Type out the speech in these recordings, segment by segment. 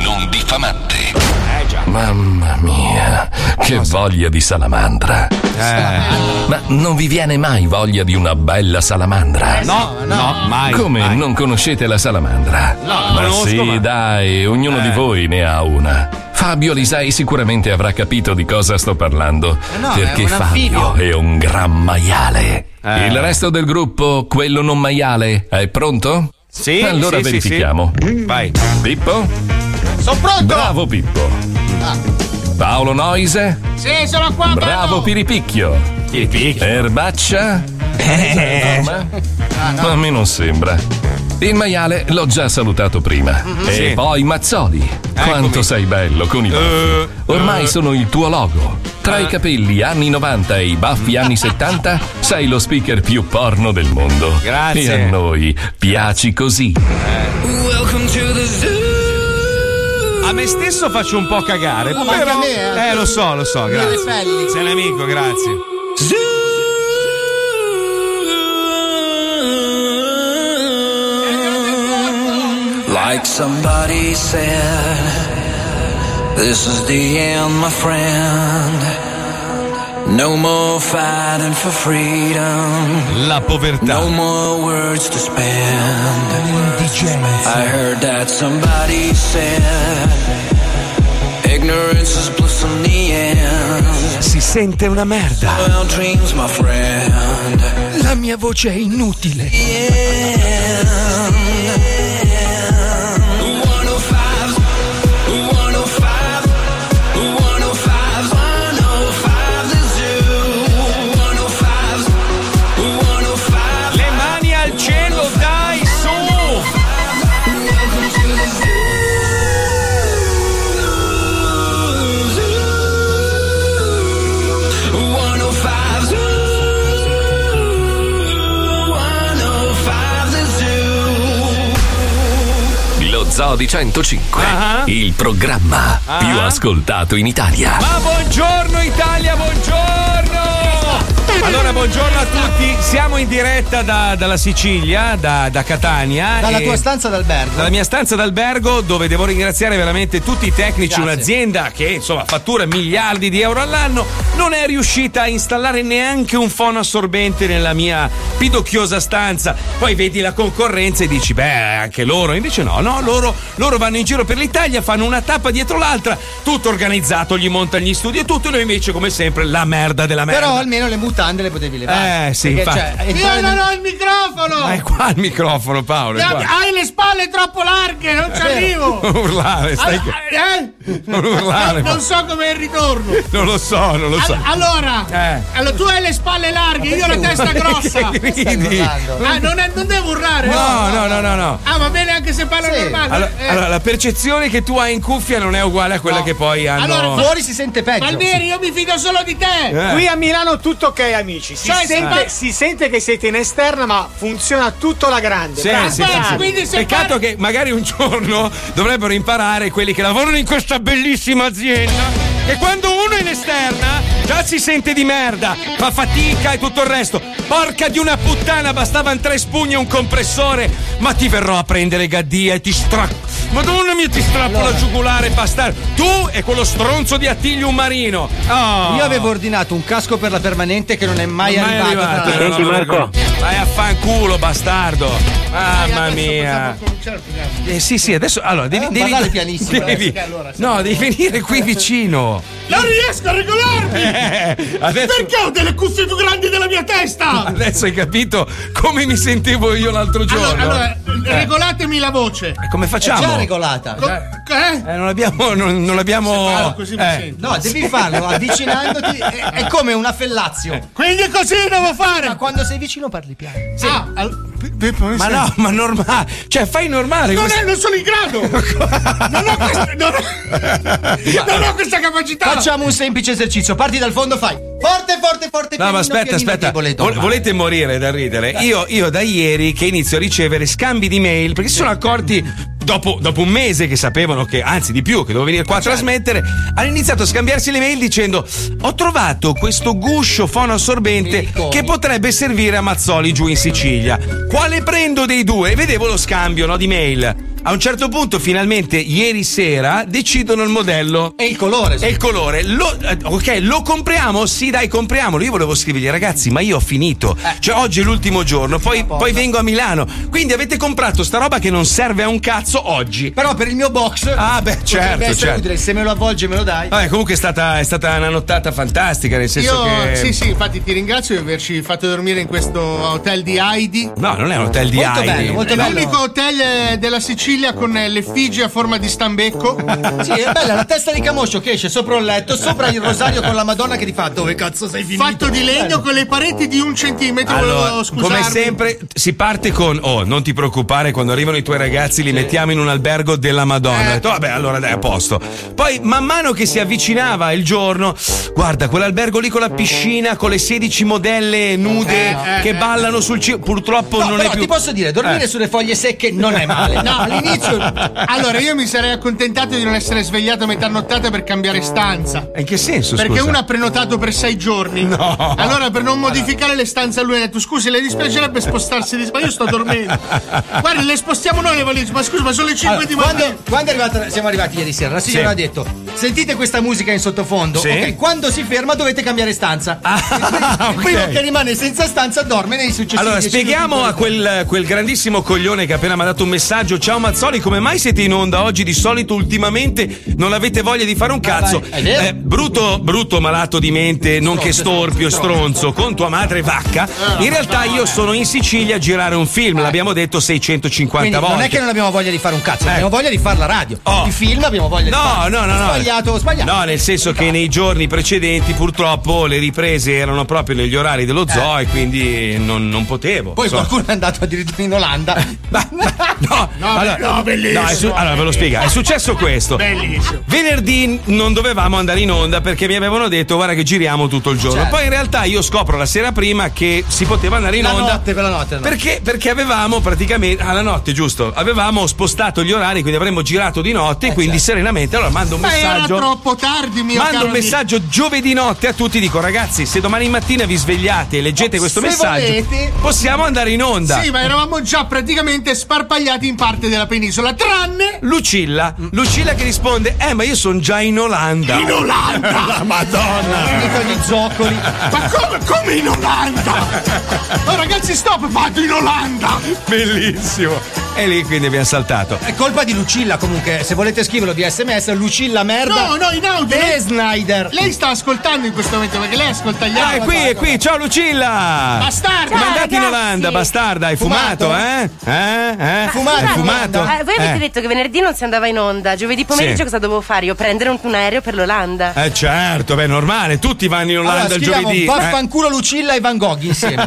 non diffamante. Mamma mia, che voglia di salamandra. Ma non vi viene mai voglia di una bella salamandra? No, no, mai. Come mai. non conoscete la salamandra? No, la ma conosco, sì, ma- dai, ognuno di voi ne ha una. Fabio Lisei sicuramente avrà capito di cosa sto parlando. no, perché è un Fabio anfibio. è un gran maiale. Il resto del gruppo, quello non maiale, è pronto? Sì, Allora sì, sì, verifichiamo. Vai. Pippo? Sono pronto! Bravo Pippo. Paolo Noise? Sì, sono qua, Bravo Piripicchio. Piripicchio. Erbaccia? Eh. Ah, Ma a me non sembra. Il maiale l'ho già salutato prima. E Mm-hmm. Sì. poi Mazzoli. Quanto sei bello con i baffi. Ormai eh. sono il tuo logo. Tra i capelli anni 90 e i baffi anni 70 sei lo speaker più porno del mondo. Grazie. Eh. E a noi piaci così. Welcome to the zoo. A me stesso faccio un po' cagare. No, ma anche però- a me, eh. Eh, lo so, lo so, Mille grazie. pelli. Sei un amico, grazie. Like somebody said, this is the end, my friend. No more fighting for freedom. La povertà. No more words to spend. I heard that somebody said, ignorance is bliss in the end. Si sente una merda. Well, dreams, my friend. La mia voce è inutile. Le mani al cielo, dai, su! Lo Zoo di 105, Ah. il programma più ascoltato in Italia. Ma buongiorno Italia, buongiorno! Allora, buongiorno a tutti. Siamo in diretta da- dalla Sicilia, da, da Catania. Dalla e- tua stanza d'albergo. Dalla mia stanza d'albergo dove devo ringraziare veramente tutti i tecnici, Grazie. un'azienda che insomma fattura miliardi di euro all'anno, non è riuscita a installare neanche un fono assorbente nella mia pidocchiosa stanza. Poi vedi la concorrenza e dici beh anche loro, invece no, no, loro, loro vanno in giro per l'Italia, fanno una tappa dietro l'altra, tutto organizzato, gli montano gli studi e tutto, noi invece come sempre la merda della merda. Però almeno le mutande le potevi levare. Eh, sì, Perché, infatti. cioè, Io entrare non nel- ho il microfono! Ma è Eh, qua il microfono Paolo. Ah, ecco, è Dai, qua. Hai le spalle troppo larghe, non ci Vero. arrivo! Non urlare, stai Allora, eh? Non urlare, Non ma- so com'è il ritorno! Non lo so, non lo so. Al- Allora, Eh. allora, tu hai le spalle larghe, io ho la Ma testa perché grossa. gridi? Che stai urlando? Ah, non, è- non devo urlare. No, no, no, no, no. Ah, va bene anche se parlo normale. Allora, Eh, allora, la percezione che tu hai in cuffia non è uguale a quella che poi hanno. allora, sente peggio. Palmieri, io mi fido solo di te. Eh. Qui a Milano tutto ok, amici. Si, Cioè, sente, se- si sente che siete in esterna, ma funziona tutto alla grande. Sì, Bravi, sì, bravi. sì. Peccato che magari un giorno dovrebbero imparare quelli che lavorano in questa bellissima azienda. Che quando uno è in esterna già si sente di merda, fa fatica e tutto il resto. Porca di una puttana, bastavano tre spugne e un compressore. Ma ti verrò a prendere gaddia e ti stracco. Madonna mia, ti strappo la giugulare, bastardo. Tu e quello stronzo di Attilio Marino. Oh. Io avevo ordinato un casco per la permanente che non è mai, Non è mai arrivato. arrivato. tra l'altro. No, no, no, no. Vai a fanculo, bastardo. Mamma mia. certo Eh, sì, sì, adesso allora devi, devi parlare Eh, pianissimo, devi- eh, perché allora, no, devi venire qui vicino. Non riesco a regolarmi. Eh, adesso- Perché ho delle cuffie più grandi della mia testa? Adesso hai capito come mi sentivo io l'altro giorno. Allora, Eh, regolatemi la voce. come facciamo? È già regolata. eh? non abbiamo non, non abbiamo Se parlo così mi Eh. sento. No, devi farlo avvicinandoti, è- è come una fellazio. Quindi così devo fare. Ma quando sei vicino parli piano. Ah, Ma no, ma normale, cioè fai normale. Non, come- è- Eh, non sono in grado! non, ho Eh. questa, non ho- non ho questa capacità! Facciamo un semplice esercizio. Parti dal fondo, fai. Forte, forte, No, forte. pianino, ma aspetta, pianino, aspetta. debole, Vol- domani. volete morire da ridere? Io, io da ieri che inizio a ricevere scambi di mail perché si sono accorti dopo, dopo un mese che sapevano che, anzi di più, che dovevo venire qua a Certo. trasmettere, hanno iniziato a scambiarsi le mail dicendo ho trovato questo guscio fonoassorbente che potrebbe servire a Mazzoli giù in Sicilia. Quale prendo dei due? E vedevo lo scambio no, di mail. A un certo punto, finalmente, ieri sera, decidono il modello. E il colore. E il colore, lo- eh, ok, lo compriamo? Sì, dai, compriamolo. Io volevo scrivergli, ragazzi, ma io ho finito. Eh. Cioè, oggi è l'ultimo giorno, poi, poi vengo a Milano. Quindi avete comprato sta roba che non serve a un cazzo oggi. Però per il mio box. Ah, beh, certo, potrebbe essere certo. utile, se me lo avvolge me lo dai. Vabbè, comunque è stata, è stata una nottata fantastica, nel senso Io, che. sì, sì, infatti ti ringrazio di averci fatto dormire in questo hotel di Heidi. No, non è un hotel di Molto Heidi. bello, molto È bello. l'unico hotel eh, della Sicilia con eh, l'effigie a forma di stambecco. Sì, è bella la testa di Camoscio che esce sopra il letto, sopra il rosario con la Madonna che ti fa dove cazzo sei finito? fatto di legno con le pareti di un centimetro. Allora, volevo scusarmi. come sempre, si parte con: Oh, non ti preoccupare, quando arrivano i tuoi ragazzi, li mettiamo in un albergo della Eh. Madonna. Ho detto, Vabbè, allora dai, a posto. Poi, man mano che si avvicinava il giorno, guarda quell'albergo lì con la piscina, con le 16 modelle nude che ballano sul cielo. Purtroppo Eh, No, non però è più. Eh. ti posso dire, dormire sulle foglie secche non è male. No, all'inizio. Allora, io mi sarei accontentato di non essere svegliato a metà nottata per cambiare stanza. Eh, In che senso? Perché scusa? uno ha prenotato per sei giorni. No. Allora, per non modificare le stanze, a lui ha detto: Scusi, le dispiacerebbe spostarsi di. Ma io sto dormendo. Guarda, le spostiamo noi le valigie. Ma scusa, ma sono le 5 Ah, Allora, di quando, mattina. quando è arrivata, siamo arrivati ieri sera, la signora Sì. ha detto: Sentite questa musica in sottofondo. Sì. Ok, quando si ferma dovete cambiare stanza. Ah, il primo ok. che rimane senza stanza dorme nei successivi. Allora, dieci spieghiamo minuti. a quel, quel grandissimo coglione che ha appena mandato un messaggio. Ciao Mazzoli, come mai siete in onda oggi? Di solito, ultimamente, non avete voglia di fare un cazzo. Eh, vai, è vero. brutto, brutto malato di mente, nonché storpio, stronzo, con tua madre vacca. Eh, In realtà io sono in Sicilia a girare un film, l'abbiamo detto 650 Quindi volte. Eh. non è che non abbiamo voglia di fare un cazzo, abbiamo voglia di fare la radio. Oh. I film abbiamo voglia di No, fare. no, no, no. Sbagliato, ho sbagliato. No, nel senso che nei giorni precedenti purtroppo le riprese erano proprio negli orari dello zoo e quindi non, non potevo. Eh. Poi insomma. qualcuno è andato addirittura in Olanda. Ma- ma- no, No, allora, no, bellissimo. no, è su- allora ve lo spiego. È successo questo. Bellissimo. Venerdì non dovevamo andare in onda perché mi avevano detto guarda che giriamo tutto il giorno. Certo. Poi in realtà io scopro la sera prima che si poteva andare in La onda. notte, quella notte. la notte. Perché, perché avevamo praticamente alla notte, giusto? Avevamo spostato gli orari, quindi avremmo girato di notte, quindi serenamente. Allora mando un Eh, certo. Ma era messaggio. troppo tardi, mio Mando caro un messaggio giovedì notte a tutti, dico ragazzi, se domani mattina vi svegliate e leggete questo se messaggio, volete- possiamo andare in onda. amico. Sì, ma eravamo già praticamente sparpagliati in parte della penisola, tranne. Lucilla, Lucilla che risponde: Eh, ma io sono già in Olanda. In Olanda! La Madonna! Finito di zoccoli. Ma come, come in Olanda? Oh, ragazzi, stop, vado in Olanda! Bellissimo. E lì quindi abbiamo saltato. È colpa di Lucilla comunque, se volete scriverlo via sms, Lucilla merda. No, no, in audio. E Lei, Snyder. lei sta ascoltando in questo momento perché lei ascolta gli Ah, è altri. qui, è qui, ciao Lucilla! Bastardo! Come Ciao, andate in ragazzi. Olanda, bastarda? Hai fumato, eh? Ah, Eh? eh? Hai Fumato, fumato? fumato. Eh, voi avete Eh. detto che venerdì non si andava in onda. Giovedì pomeriggio Sì. cosa dovevo fare? Io prendere un, un aereo per l'Olanda. Eh certo, beh, normale, tutti vanno in Allora, Olanda il scriviamo giovedì. eh. Vaffanculo Lucilla e Van Gogh insieme.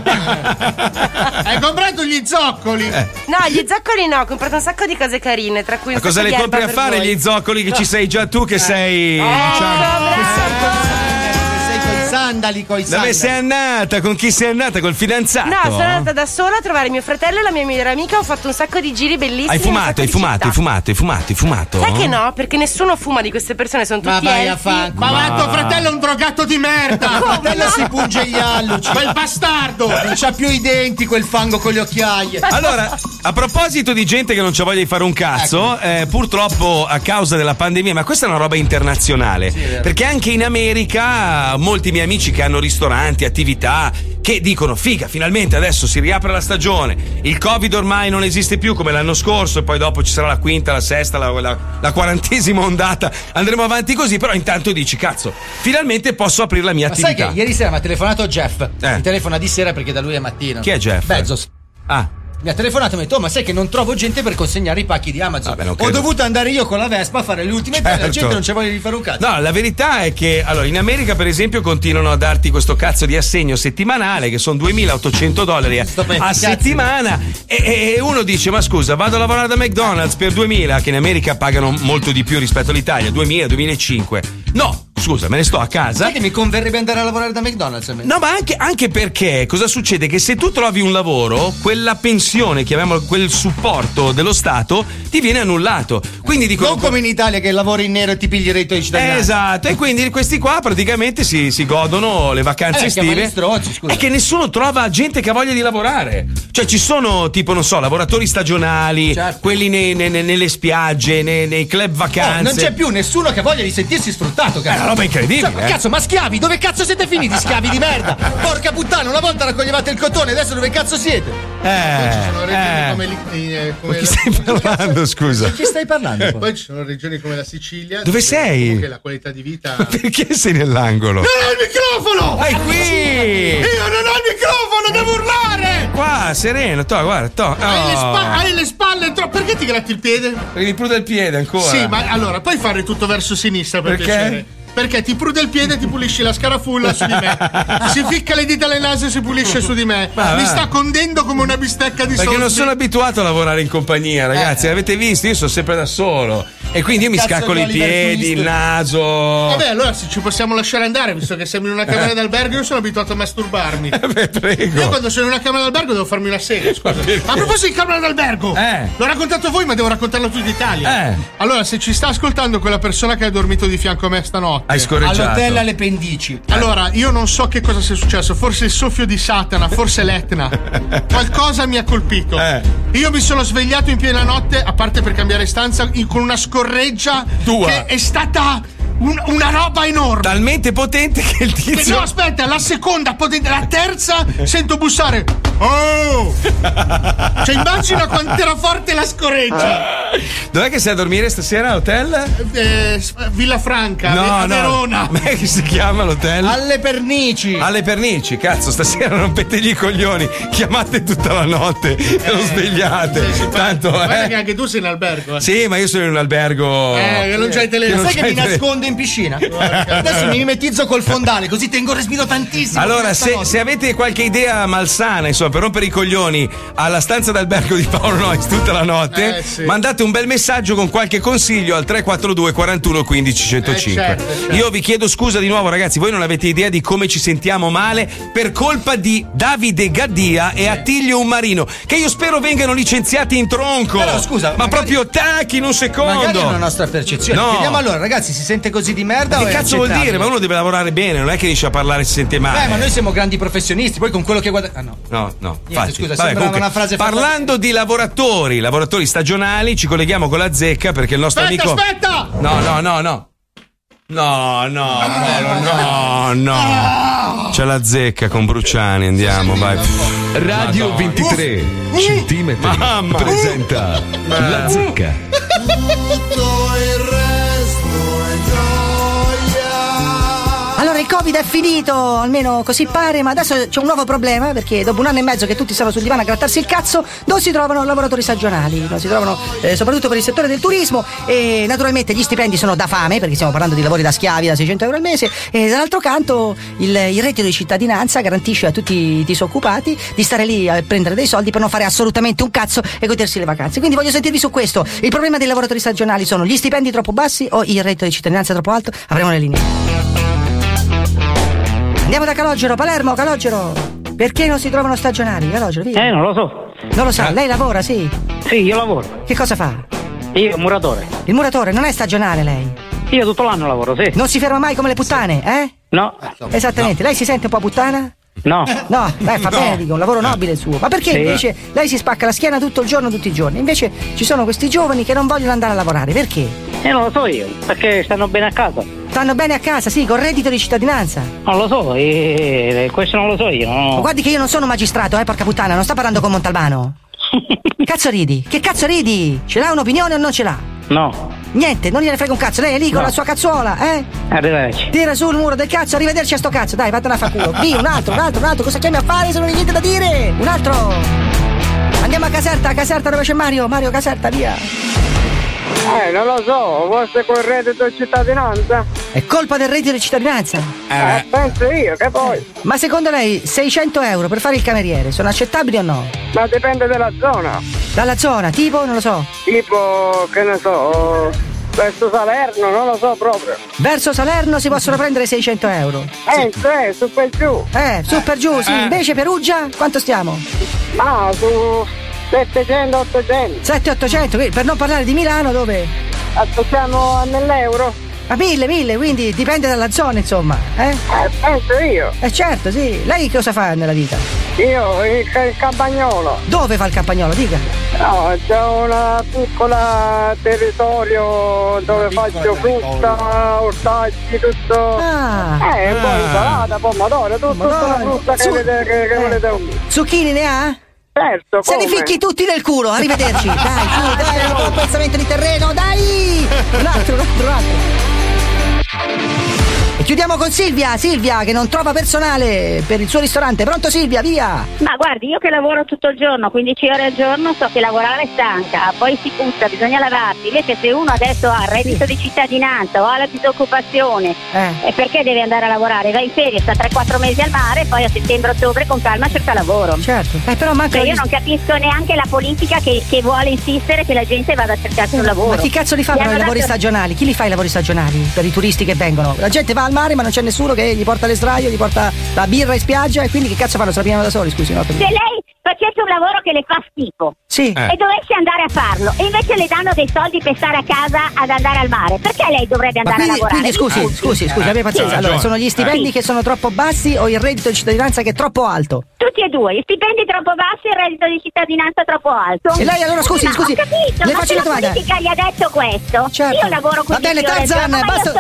Hai comprato gli zoccoli. No, gli zoccoli no, ho comprato un sacco di cose carine, tra cui un Eh. Ma cosa sacco le di compri a erba per fare voi. gli zoccoli che ci sei già tu che sei. Eh. Ecco, bravo. Sei coi sandali, coi Dove sandali. sei andata? Con chi sei andata? Col fidanzato? No, sono andata da sola a trovare mio fratello e la mia migliore amica. Ho fatto un sacco di giri bellissimi. Hai un sacco fumato, hai di fumato, città. hai fumato, hai fumato, hai fumato? Sai che no? Perché nessuno fuma di queste persone, sono Ma tutti vai a elfi. fanculo. Certo. Ma va, tuo fratello è un drogato di merda. Bella si punge gli alluci. Quel bastardo. Non c'ha più i denti quel fango con le occhiaie. Allora, a proposito di gente che non c'ha voglia di fare un Ecco. cazzo, eh, purtroppo a causa della pandemia, ma questa è una roba internazionale, perché anche in America molti miei amici che hanno ristoranti, attività, che dicono figa, finalmente adesso si riapre la stagione, il Covid ormai non esiste più come l'anno scorso, e poi dopo ci sarà la quinta, la sesta, la, la- la quarantesima ondata, andremo avanti così, però intanto dici cazzo, finalmente posso aprire la mia Ma sai attività. che ieri sera mi ha telefonato Jeff. Eh. Mi telefona di sera perché da lui è mattina. Chi è Jeff? Bezos. Ah, Mi ha telefonato e mi ha detto: "Oh, Ma sai che non trovo gente per consegnare i pacchi di Amazon. Vabbè, non Ho credo. dovuto andare io con la Vespa a fare le ultime tre. La Certo. gente non c'è voglia di fare un cazzo. No, la verità è che allora, in America, per esempio, continuano a darti questo cazzo di assegno settimanale che sono 2.800 dollari a, per i a cazzi. settimana. E, e- e uno dice: Ma scusa, vado a lavorare da McDonald's per 2.000, che in America pagano molto di più rispetto all'Italia, 2.000, 2.500. No! scusa, me ne sto a casa. Sai che mi converrebbe andare a lavorare da McDonald's a me? esatto. No, ma anche, anche perché cosa succede? Che se tu trovi un lavoro, quella pensione, chiamiamolo quel supporto dello Stato, ti viene annullato. Quindi dicono. Non come in Italia che lavori in nero e ti pigli i reddito di cittadinanza. Esatto, e quindi questi qua praticamente si, si godono le vacanze Eh, chiamali estive. strozzi, scusa. È che nessuno trova gente che ha voglia di lavorare. Cioè, ci sono, tipo, non so, lavoratori stagionali, Certo. quelli nei- nei- nei- nelle spiagge, nei, nei club vacanze. Oh, non c'è più nessuno che ha voglia di sentirsi sfruttato, È cazzo. una roba incredibile. Cioè, eh. Cazzo, ma schiavi? Dove cazzo siete finiti, schiavi di merda? Porca puttana, una volta raccoglievate il cotone, adesso dove cazzo siete? Poi ci sono regioni eh. come li- eh, Ma come la- chi stai parlando, scusa? Chi stai parlando? poi? Poi ci sono regioni come la Sicilia. Dove sei? comunque la qualità di vita. Non Perché sei nell'angolo? ho il microfono! Vai qui! Eh. Io non ho il microfono, devo urlare! Qua, sereno, Ah, to, guarda, to. Hai, le spa- Oh. hai le spalle tro- Perché ti gratti il piede? Perché mi prude il piede ancora. Sì, ma allora puoi fare tutto verso sinistra per Perché? piacere. Perché ti prude il piede e ti pulisci la scarafulla su di me. Si ficca le dita alle naso e si pulisce su di me. Ma Mi va. sta condendo come una bistecca di Eh. Perché non Salisbury. sono abituato a lavorare in compagnia, ragazzi. Avete visto? Io sono sempre da solo. E quindi io mi Cazzo, scaccolo i Jolly piedi, Barcunist. il naso. Vabbè, allora se ci possiamo lasciare andare, visto che siamo in una camera d'albergo, io sono abituato a masturbarmi. Vabbè, Io Eh. prego. quando sono in una camera d'albergo devo farmi una serie, scusa. perché? A proposito di camera d'albergo, Eh. l'ho raccontato a voi, ma devo raccontarlo a tutta Italia. Eh. Allora, se ci sta ascoltando quella persona che ha dormito di fianco a me stanotte. Eh. Hai scorreggiato. All'hotel alle pendici. Allora, io non so che cosa sia successo, forse il soffio di Satana, forse l'Etna. Qualcosa mi ha colpito. Eh. Io mi sono svegliato in piena notte, a parte per cambiare stanza, in- con una scorreggia Tua. che è stata un- una roba enorme. Talmente potente che il Eh, No, tizio. aspetta, la seconda, potente- la terza, sento bussare. Oh! Cioè, immagina quanto era forte la Eh, scorreggia. Dov'è che sei a dormire stasera all'hotel? Eh, s- Villa Franca, a Verona. Ma che si chiama l'hotel? Alle pernici. Alle pernici, cazzo, stasera rompetegli i coglioni, chiamate tutta la notte e Eh. lo svegliate. Tanto, Guarda eh. che anche tu sei in albergo. eh. Sì, ma io sono in un albergo. Eh, che non c'hai il telefono. Sai c'hai che mi il telefono. nascondo in piscina? Adesso mi mimetizzo col fondale, così tengo il respiro tantissimo. Allora, Questa se, notte. se avete qualche idea malsana, insomma, per rompere i coglioni alla stanza d'albergo di Paolo Nois tutta la notte, Eh, sì. mandate un bel messaggio con qualche consiglio al 342 41 15 105. Eh, certo, certo. Io vi chiedo scusa di nuovo, ragazzi, voi non avete idea di come ci sentiamo male per colpa di Davide Gaddia e Attilio Ummarino, che io spero vengano licenziati in tronco. Però, scusa, ma magari- proprio tacchi in un secondo. Magari è una nostra percezione. No. Chiediamo allora, ragazzi, si sente così di merda? o Che è cazzo vuol accettabile? dire? Ma uno Eh. deve lavorare bene, non è che riesce a parlare e si sente male. Beh, ma noi siamo grandi professionisti, poi con quello che guarda. Ah, no. No, no, infatti. scusa, sembrava una frase fatta- Parlando di lavoratori, lavoratori stagionali, ci colleghiamo con la zecca perché il nostro Aspetta, amico. aspetta! No, no, no, no. No, no, no, no, no. C'è la zecca con Bruciani, andiamo, vai. Radio 23 Uh! centimetri Mamma. presenta La Zecca. Allora il Covid è finito, almeno così pare, ma adesso c'è un nuovo problema perché dopo un anno e mezzo che tutti stanno sul divano a grattarsi il cazzo, non si trovano lavoratori stagionali, non si trovano eh, soprattutto per il settore del turismo e naturalmente gli stipendi sono da fame perché stiamo parlando di lavori da schiavi da 600 euro al mese e dall'altro canto il, il reddito di cittadinanza garantisce a tutti i disoccupati di stare lì a prendere dei soldi per non fare assolutamente un cazzo e godersi le vacanze. Quindi voglio sentirvi su questo, il problema dei lavoratori stagionali sono gli stipendi troppo bassi o il reddito di cittadinanza troppo alto? Avremo le linee. Andiamo da Calogero, Palermo, Calogero. Perché non si trovano stagionali? Calogero, via. Eh, non lo so. Eh? Non lo sa, lei lavora, sì. Sì, io lavoro. Che cosa fa? Io, muratore. Il muratore non è stagionale lei. Io tutto l'anno lavoro, sì. Non si ferma mai come le puttane, eh? No, Esattamente, lei si sente un po' puttana? no. No, beh, fa bene, dico, un lavoro nobile il suo. Ma perché Sì. invece lei si spacca la schiena tutto il giorno, tutti i giorni? Invece ci sono questi giovani che non vogliono andare a lavorare, perché? Eh, non lo so io, perché stanno bene a casa. Non Stanno bene a casa, sì, con reddito di cittadinanza. lo so, eh, questo non lo so io. Ma No. Oh. guardi che io non sono magistrato, eh, porca puttana, non sto parlando con Montalbano. Cazzo ridi? Che cazzo ridi? Ce l'ha un'opinione o non ce l'ha? no, Niente, non gliene frega un cazzo, lei è lì con No. la sua cazzuola, eh? arrivederci. Tira sul muro del cazzo, arrivederci a sto cazzo, dai, vattene a fa culo. Via, un altro, un altro, un altro, cosa chiami a fare se non hai niente da dire? Un altro! Andiamo a Caserta, a Caserta dove c'è Mario, Mario Caserta, via! Eh, non lo so, forse col reddito di cittadinanza? È colpa del reddito di cittadinanza. Eh, penso io, che poi. Ma secondo lei 600 euro per fare il cameriere sono accettabili o no? Ma dipende dalla zona. Dalla zona, tipo, non lo so, Tipo, che ne so, Verso Salerno, non lo so proprio. Verso Salerno si possono prendere 600 euro. Eh, tre, su per giù. Eh, su per giù, sì. Eh. Invece Perugia, quanto stiamo? Ma su 700, 800. 700-800, quindi, per non parlare di Milano dove? Aspettiamo nell'euro. A 1000, 1000, quindi dipende dalla zona, insomma. Eh? penso io. Eh certo, sì. Lei cosa fa nella vita? Io il, ca- il campagnolo. Dove fa il campagnolo? Dica. No, c'è una piccola territorio dove faccio frutta, ortaggi, tutto. Ah. Eh, Ah. poi insalata, pomodoro, tutto, tutta la Pomodoro. frutta che, Su- volete che, che eh. volete voi. Zucchini ne ha? Certo, Se li come? ficchi tutti nel culo, arrivederci. Dai, su, dai, un po' appezzamento di terreno, dai! Un altro, un altro, un altro. E chiudiamo con Silvia, Silvia che non trova personale per il suo ristorante. Pronto Silvia, via! Ma guardi, io che lavoro tutto il giorno, 15 ore al giorno, so che lavorare è stanca, poi si puzza, bisogna lavarsi. Invece se uno adesso ha il reddito di cittadinanza o ha la disoccupazione, Eh. e perché deve andare a lavorare? Va in ferie, sta 3-4 mesi al mare, poi a settembre-ottobre con calma cerca lavoro. Certo. però manca Cioè, la io dis- non capisco neanche la politica che, che vuole insistere che la gente vada a cercarsi un lavoro. Ma chi cazzo li fa Gli però i hanno lavori dato- stagionali? Chi li fa i lavori stagionali per i turisti che vengono? La gente va al mare ma non c'è nessuno che gli porta le sdraio, gli porta la birra in spiaggia e quindi che cazzo fanno? Se la pigliano da soli, scusi, no? Se lei facesse un lavoro che le fa schifo Sì. e dovesse andare a farlo e invece le danno dei soldi per stare a casa ad andare al mare, perché lei dovrebbe Ma quindi, andare a lavorare? quindi scusi, Mi scusi, scusi, abbia pazienza. Ah, Sì. allora, sono gli stipendi Sì. che sono troppo bassi o il reddito di cittadinanza che è troppo alto? Tutti e due, gli stipendi troppo bassi e il reddito di cittadinanza troppo alto. E lei allora, scusi, Ma scusi, Ho capito, le ma faccio se una la domanda. politica gli ha detto questo. Certo. Io lavoro Va con bene, Tarzan, basta.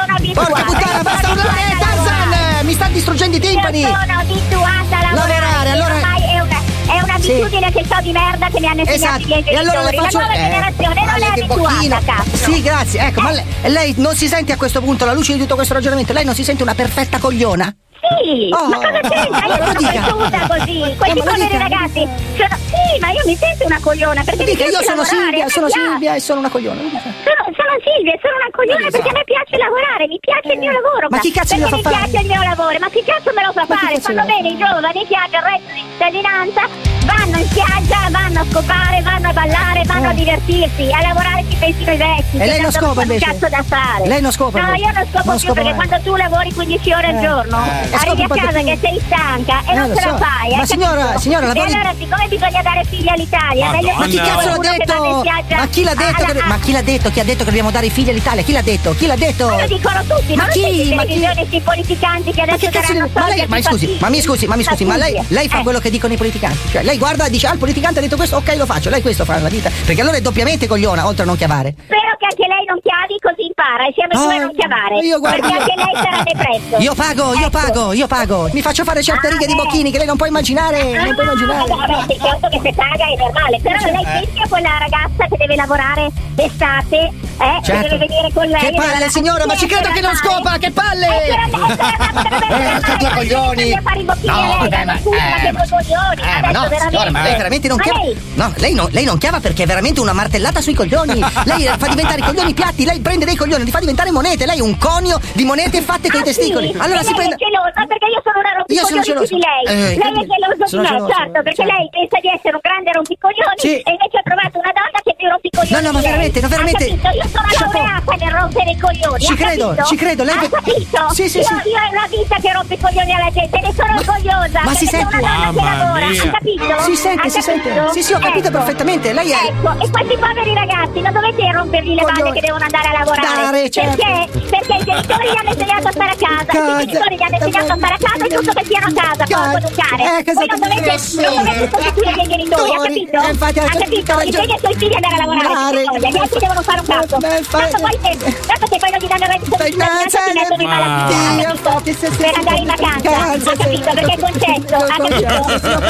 Porca puttana, basta urlare, Tarzan! Mi sta distruggendo i timpani! Io sono abituata a lavorare. Lavorare, allora- Ormai è una- È un'abitudine che so di merda che mi hanno insegnato Esatto, i miei e allora le genitori. faccio La nuova eh, generazione non Ale, è che abituata, pochino. cazzo. Eh. Sì, grazie. Ecco, ma le- lei, non si sente a questo punto, alla luce di tutto questo ragionamento, lei non si sente una perfetta cogliona? Sì, Oh. ma cosa c'entra? Ma lo Io sono dica. cresciuta così, questi Eh, ma lo poveri dica. ragazzi sono... Sì, ma io mi sento una cogliona perché mi Dica, io piace sono lavorare, Silvia, mi sono piace. Silvia e sono una cogliona. Sono, sono Silvia e sono una cogliona perché a me piace lavorare, mi piace il mio lavoro. ma chi cazzo perché glielo fa mi fare? piace il mio lavoro, ma chi cazzo me lo fa Ma chi fare? cazzo Fanno glielo fa bene i giovani che hanno il reddito di cittadinanza, vanno in spiaggia, vanno a scopare, vanno a ballare, vanno a divertirsi, a lavorare ci pensino i vecchi. Eh. E che lei non tanto scopa, fanno un invece? cazzo da fare. Lei non scopa, No, invece? io non scopo Non più scopa perché mai. quando tu lavori 15 ore al Eh. giorno, Eh. Scopa arrivi un a po' di casa più. che sei stanca e Eh, non lo ce so. la fai. Ma eh, signora- capito? signora, E lavori- allora siccome bisogna dare figli all'Italia, meglio Ma chi uno cazzo l'ha che vada in detto? spiaggia Ma chi l'ha detto? alla- che- Ma chi l'ha detto? Chi ha detto che dobbiamo dare i figli all'Italia? Chi l'ha detto? Chi l'ha detto? ma lo dicono tutti, Ma non lo chi? Ma dici in chi? televisione questi politicanti che Ma adesso che cazzo daranno di- ma soldi lei, a ma chi scusi, fa- ma mi scusi, ma mi scusi, ma lei, figli. lei fa Eh, quello che dicono i politicanti. Cioè, lei guarda e dice, ah, il politicante ha detto questo, ok lo faccio, lei questo fa nella vita. Perché allora è doppiamente cogliona, oltre a non chiamare. Spero che anche lei non chiavi così impara e siamo i due a non chiamare. Ah, io guardo- Perché anche lei sarà depresso. Ecco. Io pago, io pago, io pago. Mi faccio fare certe Ah, righe di beh. bocchini che lei non può immaginare. Non può Cioè, immaginare. Eh. Ah, vabbè, sì, certo che se paga è normale, però lei pensi a quella ragazza che deve lavorare d'estate, eh, che Certo. deve venire con lei. Che deve palle, lavorare- signora, ma ci credo Niente che da non fare. scopa, che palle! Eh, però lei- Eh, sta due coglioni. Bisogna fare i bocchini No, a lei, vabbè, ma- eh, scusa, ma che ma- coglioni, eh, ma adesso no, signora, ma Ma lei veramente non Ma chiama? lei- No, lei non, lei non chiama perché è veramente una martellata sui coglioni. Lei fa diventare i coglioni piatti, lei prende dei coglioni, li fa diventare monete. Lei è un conio di monete fatte con i Ah, testicoli. sì? Allora E si lei prende. è gelosa perché io sono una rompicoglioni Io sono di lei. geloso. Eh, lei è capito. gelosa di Sono me, geloso, certo, perché certo. lei pensa di essere un grande rompicoglioni Sì. e invece ha trovato una donna che è più rompicoglioni. No, no, ma di lei. veramente, no, Ha veramente. capito? Io sono Chapeau. laureata nel rompere i coglioni. Ci ha credo, capito? ci credo, lei Ha che- capito? Sì, sì, io, sì. io è una vita che rompe i coglioni alla gente, ne sono orgogliosa. ma si perché sente- sono una donna che Mamma lavora, mia. ha capito? Si sente, Ha si sente. capito? Sì, sì, ho capito Ecco. perfettamente. Lei è. Ecco, e questi poveri ragazzi non dovete rompergli le Coglioni. palle che devono andare a lavorare. Dare, certo. Perché? Perché i genitori gli hanno insegnato a stare a casa, Casa. i genitori gli hanno insegnato a stare a casa, è giusto che siano a casa, Casa. poi ad educare. Eh, cosa Voi non che dovete, assurdo. non dovete sostituire i genitori, ha capito? Eh, infatti, ha ha capito? ragione. Insegna ai suoi figli ad andare a lavorare, Dare. queste cose, gli altri devono fare un cazzo. Beh, fai- Tanto poi se, tanto se poi non gli danno il reddito di cittadinanza ti mettono in malattia. eh, Dio, fatti, sì, sì, Per sì, andare in sì, vacanza, grazie, ha capito? sì. Perché è concesso, ha capito?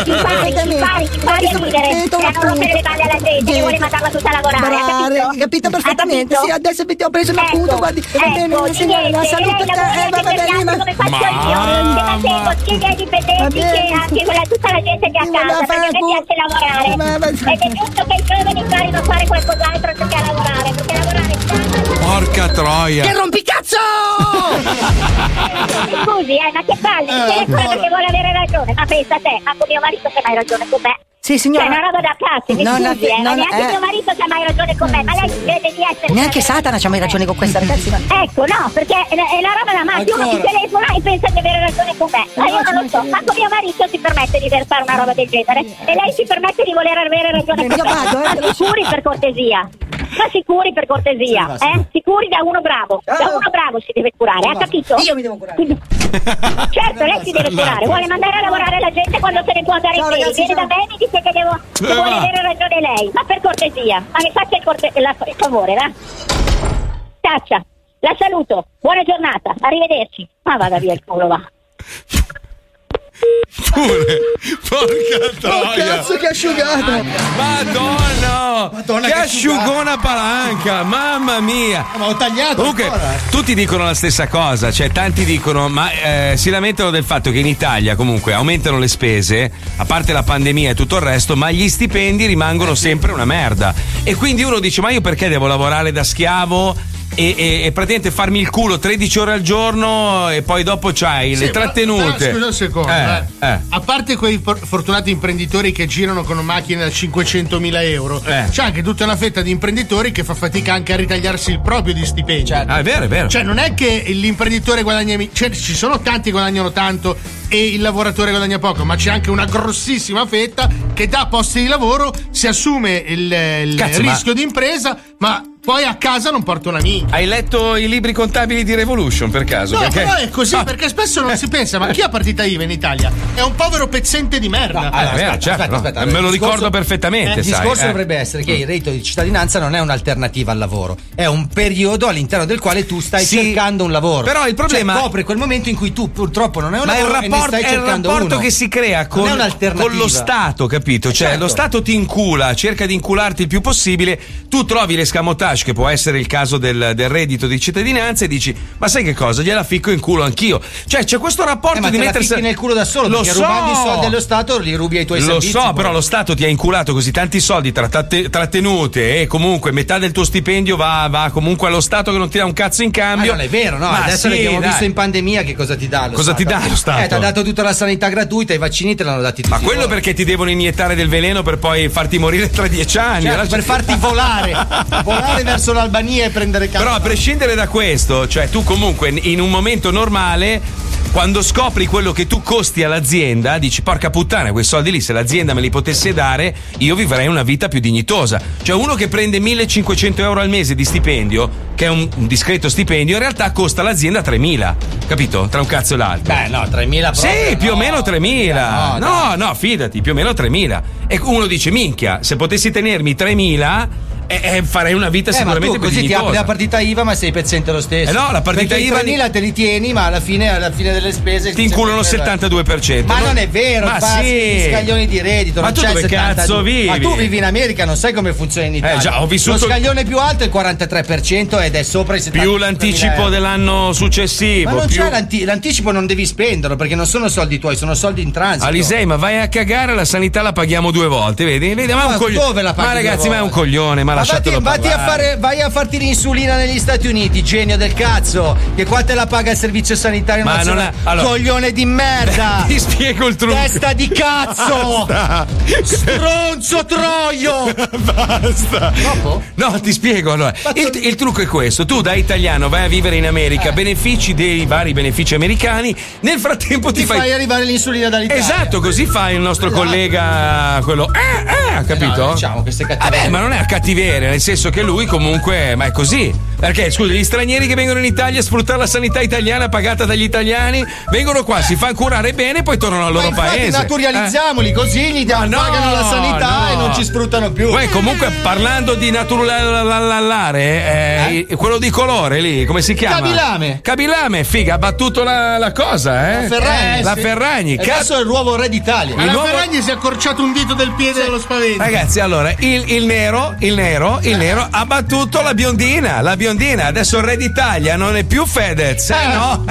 Impari, impari, impari a vivere, e a non rompere le palle alla gente che vuole mandarla tutta a lavorare, ha Brare, capito? capito perfettamente. Ha Sì, capito? adesso mi ti ho preso un appunto, guardi. Va bene, Ecco, signora, la niente, salute lei lavora te. Eh, va anche per gli bene, ma. altri come faccio io, che mantengo sia i dipendenti Va che bene. Eh, anche quella, tutta la gente che è a Ma casa, perché a me vaffanculo. piace lavorare. Ed è giusto che i giovani imparino a fare qualcos'altro che a lavorare, perché lavorare è tanto Porca troia. Che rompicazzo! Scusi, eh, ma che palle, c'è qualcuno che vuole avere ragione, ma pensa a te, ma con mio marito che mai ragione con me. Sì, signora. Cioè, una roba da cazzo, mi Non scusi, la- eh, ma non- neanche eh. mio marito c'ha mai ragione con me, ma lei crede di essere... Neanche Satana c'ha mai ragione con questa ragazzi. ma- Ecco, no, perché è una, è una roba da matti, uno si Ancora. telefona e pensa di avere ragione con me. Ma io non lo so, ma con mio marito si permette di fare una roba del genere e lei si permette di voler avere ragione con eh, Io me. vado, eh. Ma sicuri per cortesia. Ma sicuri per cortesia, Sì, basta. eh? Sicuri da uno bravo. Da uno bravo si deve curare, ha capito? Io mi devo curare. Quindi- Certo, lei si deve curare, vuole mandare a lavorare la gente quando se ne può andare Esatto. Ciao, in piedi. ragazzi, Viene ciao. da me e mi dice che, devo, che Eh, vuole va. avere ragione lei. Ma per cortesia, ma mi faccia il, corte- la- il favore, va? Taccia, la saluto, buona giornata, arrivederci. Ma vada via il culo, va. Pure. Porca troia. cazzo, che asciugata. Madonna. Madonna, che che asciugona palanca. Mamma mia. Ma ho tagliato Comunque, ancora. tutti dicono la stessa cosa, cioè tanti dicono, ma eh, si lamentano del fatto che in Italia comunque aumentano le spese, a parte la pandemia e tutto il resto, ma gli stipendi rimangono Eh sempre una merda. E quindi uno dice, ma io perché devo lavorare da schiavo? E, e- e praticamente farmi il culo 13 ore al giorno e poi dopo c'hai le Sì, però- trattenute. però scusa un secondo, Eh, eh. eh. a parte quei for- fortunati imprenditori che girano con macchine da 500.000 euro, Eh. c'è anche tutta una fetta di imprenditori che fa fatica anche a ritagliarsi il proprio di stipendio. Ah, è vero, è vero. Cioè, non è che l'imprenditore guadagna. mi- cioè, ci sono tanti che guadagnano tanto e il lavoratore guadagna poco, ma c'è anche una grossissima fetta che dà posti di lavoro, si assume il, il Cazzo, ma- rischio di impresa, ma poi a casa non porta una minchia. Hai letto i libri contabili di Revolution per caso? No, Perché- Ah. però è così, perché spesso non si pensa, ma chi ha partita IVA in Italia? È un povero pezzente di merda. Ah, è vero, certo, no. Eh, me lo discorso- ricordo perfettamente, Il sai, discorso eh. dovrebbe essere che il reddito di cittadinanza non è un'alternativa al lavoro, è un periodo all'interno del quale tu stai Sì, cercando un lavoro. però il problema- cioè, copre quel momento in cui tu purtroppo non hai un Ma è il lavoro e ne rapporto, stai è il cercando rapporto uno. che si crea con, Non è un'alternativa. con lo Stato, capito? Cioè, certo. lo Stato ti incula, cerca di incularti il più possibile. Tu trovi l'escamotage, che può essere il caso del, del reddito di cittadinanza, e dici: Ma sai che cosa? Gliela ficco in culo anch'io. Cioè, c'è questo rapporto Eh, ma di te la mettersi. picchi nel culo da solo, Lo perché so. rubando i soldi dello Stato li rubi ai tuoi Lo servizi. so, poi. però lo Stato ti ha inculato così tanti soldi tra tratte- trattenute e comunque metà del tuo stipendio va, va comunque allo Stato che non ti dà un cazzo in Ma cambio. Ah, non è vero, no? Ma Adesso sì, l'abbiamo dai. visto in pandemia che cosa ti dà lo Cosa Stato. ti dà lo Stato? Eh, ti ha dato tutta la sanità gratuita, i vaccini te l'hanno dati tutti. Ma quello perché ti devono iniettare del veleno per poi farti morire tra dieci anni. Certo, Lascia- per farti volare, volare verso l'Albania e prendere Però calcio. a prescindere da questo, cioè tu comunque in un momento normale, quando scopri quello che tu costi all'azienda, dici porca puttana, quei soldi lì se l'azienda me li potesse dare, io vivrei una vita più dignitosa. Cioè uno che prende 1500 euro al mese di stipendio, che è un, un discreto stipendio, in realtà costa all'azienda 3000, capito? Tra un cazzo e l'altro. Beh, no, 3.000 proprio, Sì, più o no. meno 3000. No, No, no, fidati, più o meno 3000. E uno dice, minchia, se potessi tenermi 3000, eh, eh, farei una vita Eh, ma sicuramente tu più così ti apri dignitosa. la partita IVA, ma sei pezzente lo stesso. Eh no, la partita Perché i IVA 3.000 te li tieni, ma alla fine, alla fine delle spese ti inculano il 72%. Ma non è vero, ma passi gli sì. scaglioni di reddito. Ma non tu c'è il dove 72. cazzo vivi? Eh, Ma tu vivi in America, non sai come funziona in Italia. già, ho vissuto- Lo scaglione più alto è il 43% ed è sopra i 70%. più l'anticipo dell'anno successivo. Ma non più... c'è l'anti- l'anticipo, non devi spenderlo perché non sono soldi tuoi, sono soldi in transito. Alisei, ma vai a cagare, la sanità la paghiamo due volte, vedi? Vedi, ma è un Ma coglione. dove la paghi Ma due ragazzi, ma è un volte? coglione, ma, Ma lasciatelo vatti, vatti a parlare. fare, vai a farti l'insulina negli Stati Uniti, genio del cazzo, che qua te la paga il servizio sanitario Ma non nazionale. è- allora- Coglione di merda! Ti spiego il trucco. Testa di cazzo! Stronzo troio! Basta. No, ti spiego allora. Il, il trucco è questo: tu da italiano vai a vivere in Eh. America, benefici dei vari benefici americani, nel frattempo ti, Ti fai arrivare l'insulina dall'Italia. Esatto, così fa il nostro Esatto. collega quello. Eh, eh, capito? No, diciamo queste cattiverie. Vabbè, ma non è a cattiveria, nel senso che lui comunque, ma è così. Perché, scusa, gli stranieri che vengono in Italia a sfruttare la sanità italiana pagata dagli italiani, vengono qua, si fanno curare bene e poi tornano al Ma loro infatti paese. Eh. naturalizziamoli, così Ma gli diamo, no, pagano la sanità no. e non ci sfruttano più. Poi Ah. comunque parlando di naturalallare, eh, quello di colore lì, come si chiama? Cabilame. Cabilame, figa, ha battuto la, la cosa, eh? La Ferragni. Eh, la sì. Ferragni, E cazzo. Adesso è il nuovo re d'Italia. Alla nuovo- Ferragni si è accorciato un dito del piede dello spavento. Ragazzi, allora, il, il nero, il nero, il nero ha battuto la biondina, la biondina. Adesso il re d'Italia non è più Fedez, eh, no?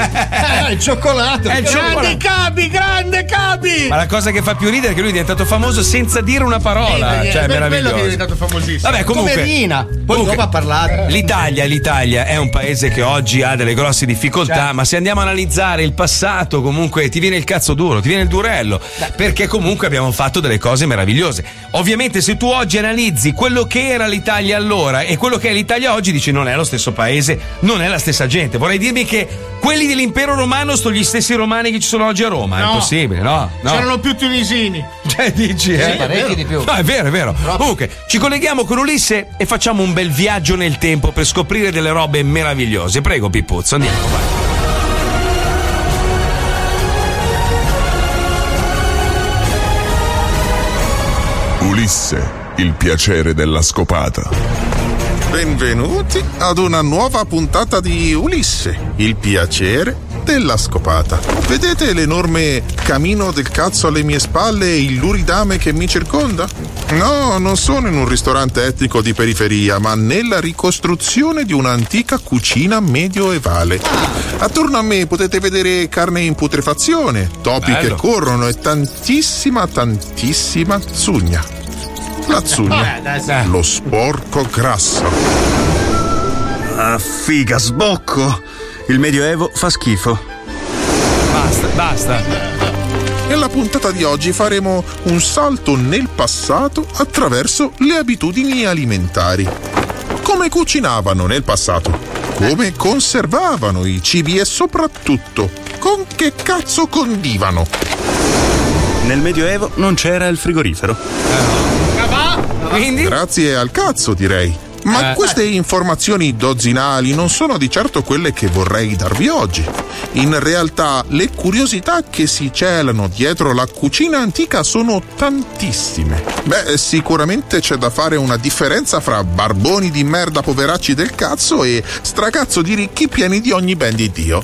Eh, il cioccolato. È il grande cioccolato. Cabi, grande Cabi! Sì. Ma la cosa che fa più ridere è che lui è diventato famoso senza dire una parola. Eh, eh, cioè, per quello che meraviglioso. è diventato famosissimo. Vabbè, comunque. Poverina. Poi dopo ha parlato. L'Italia, l'Italia è un paese che oggi ha delle grosse difficoltà, Certo. ma se andiamo a analizzare il passato, comunque ti viene il cazzo duro, ti viene il durello, perché comunque abbiamo fatto delle cose meravigliose. Ovviamente se tu oggi analizzi quello che era l'Italia allora e quello che è l'Italia oggi, dici non è lo stesso paese, non è la stessa gente. Vorrei dirmi che quelli dell'impero romano sono gli stessi romani che ci sono oggi a Roma, è No. impossibile, no? no. C'erano più tunisini. Cioè, dici, eh? No, è vero, è vero. Comunque, ci colleghiamo con Ulisse e facciamo un bel viaggio nel tempo per scoprire delle robe meravigliose. Prego, Pippuzzo, andiamo, vai. Ulisse, il piacere della scopata. Benvenuti ad una nuova puntata di Ulisse, il piacere della scopata. Vedete l'enorme camino del cazzo alle mie spalle e il luridame che mi circonda? No, non sono in un ristorante etnico di periferia, ma nella ricostruzione di un'antica cucina medioevale. Attorno a me potete vedere carne in putrefazione, topi Bello. che corrono e tantissima, tantissima zugna. La zugna, lo sporco grasso. Ah, figa, sbocco! Il Medioevo fa schifo. Basta, basta. Nella puntata di oggi faremo un salto nel passato attraverso le abitudini alimentari. Come cucinavano nel passato? Come conservavano i cibi e soprattutto con che cazzo condivano? Nel Medioevo non c'era il frigorifero. Grazie al cazzo, direi. Ma Eh. queste informazioni dozzinali non sono di certo quelle che vorrei darvi oggi. In realtà le curiosità che si celano dietro la cucina antica sono tantissime. Beh, sicuramente c'è da fare una differenza fra barboni di merda poveracci del cazzo e stracazzo di ricchi pieni di ogni ben di Dio.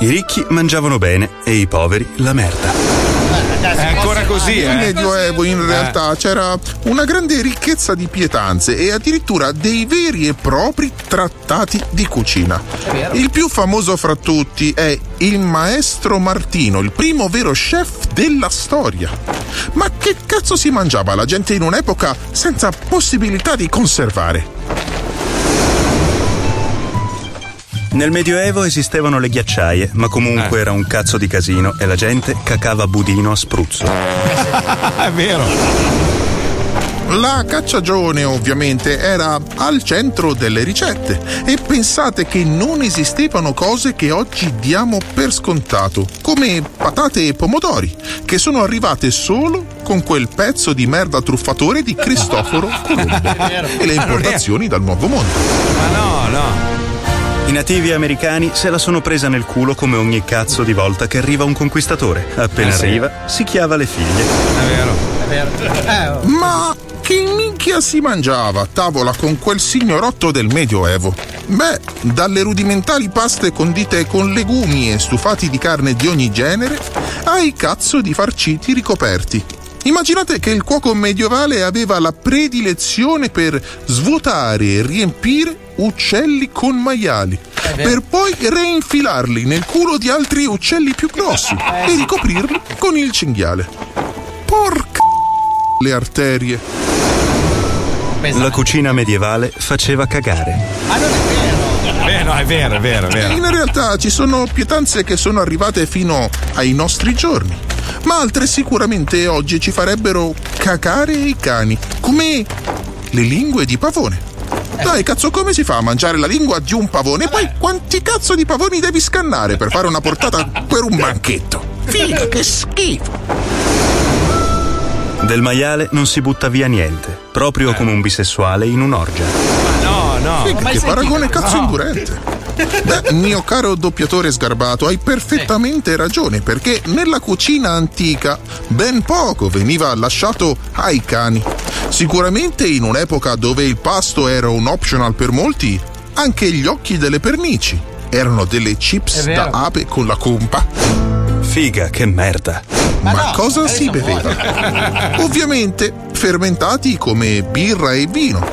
I ricchi mangiavano bene e i poveri la merda. È ancora così, Nel eh? Medioevo in realtà c'era una grande ricchezza di pietanze e addirittura dei veri e propri trattati di cucina. Il più famoso fra tutti è il maestro Martino, il primo vero chef della storia. Ma che cazzo si mangiava la gente in un'epoca senza possibilità di conservare? Nel Medioevo esistevano le ghiacciaie, ma comunque era un cazzo di casino e la gente cacava budino a spruzzo. È vero. La cacciagione ovviamente era al centro delle ricette e pensate che non esistevano cose che oggi diamo per scontato, come patate e pomodori, che sono arrivate solo con quel pezzo di merda truffatore di Cristoforo Colombo e Ah, le importazioni dal Nuovo Mondo. Ma no, no. I nativi americani se la sono presa nel culo come ogni cazzo di volta che arriva un conquistatore. Appena Eh sì. arriva, si chiava le figlie. È vero. Eh, Ma che minchia si mangiava a tavola con quel signorotto del Medioevo? Beh, dalle rudimentali paste condite con legumi e stufati di carne di ogni genere ai cazzo di farciti ricoperti. Immaginate che il cuoco medievale aveva la predilezione per svuotare e riempire uccelli con maiali, per poi reinfilarli nel culo di altri uccelli più grossi e ricoprirli con il cinghiale. Porca le arterie. La cucina medievale faceva cagare. Beh, Eh, no, è vero, è vero, è vero. In realtà ci sono pietanze che sono arrivate fino ai nostri giorni, ma altre sicuramente oggi ci farebbero cacare i cani, come le lingue di pavone. Dai, cazzo, come si fa a mangiare la lingua di un pavone? Poi quanti cazzo di pavoni devi scannare per fare una portata per un banchetto? Figa, che schifo! Del maiale non si butta via niente, proprio come un bisessuale in un'orgia. No, no. Figa, che paragone cazzo indurente. Beh, mio caro doppiatore sgarbato, hai perfettamente ragione, perché nella cucina antica ben poco veniva lasciato ai cani. Sicuramente in un'epoca dove il pasto era un optional per molti, anche gli occhi delle pernici erano delle chips da ape con la compa. Figa, che merda. Ma, cosa si beveva? Ovviamente fermentati come birra e vino.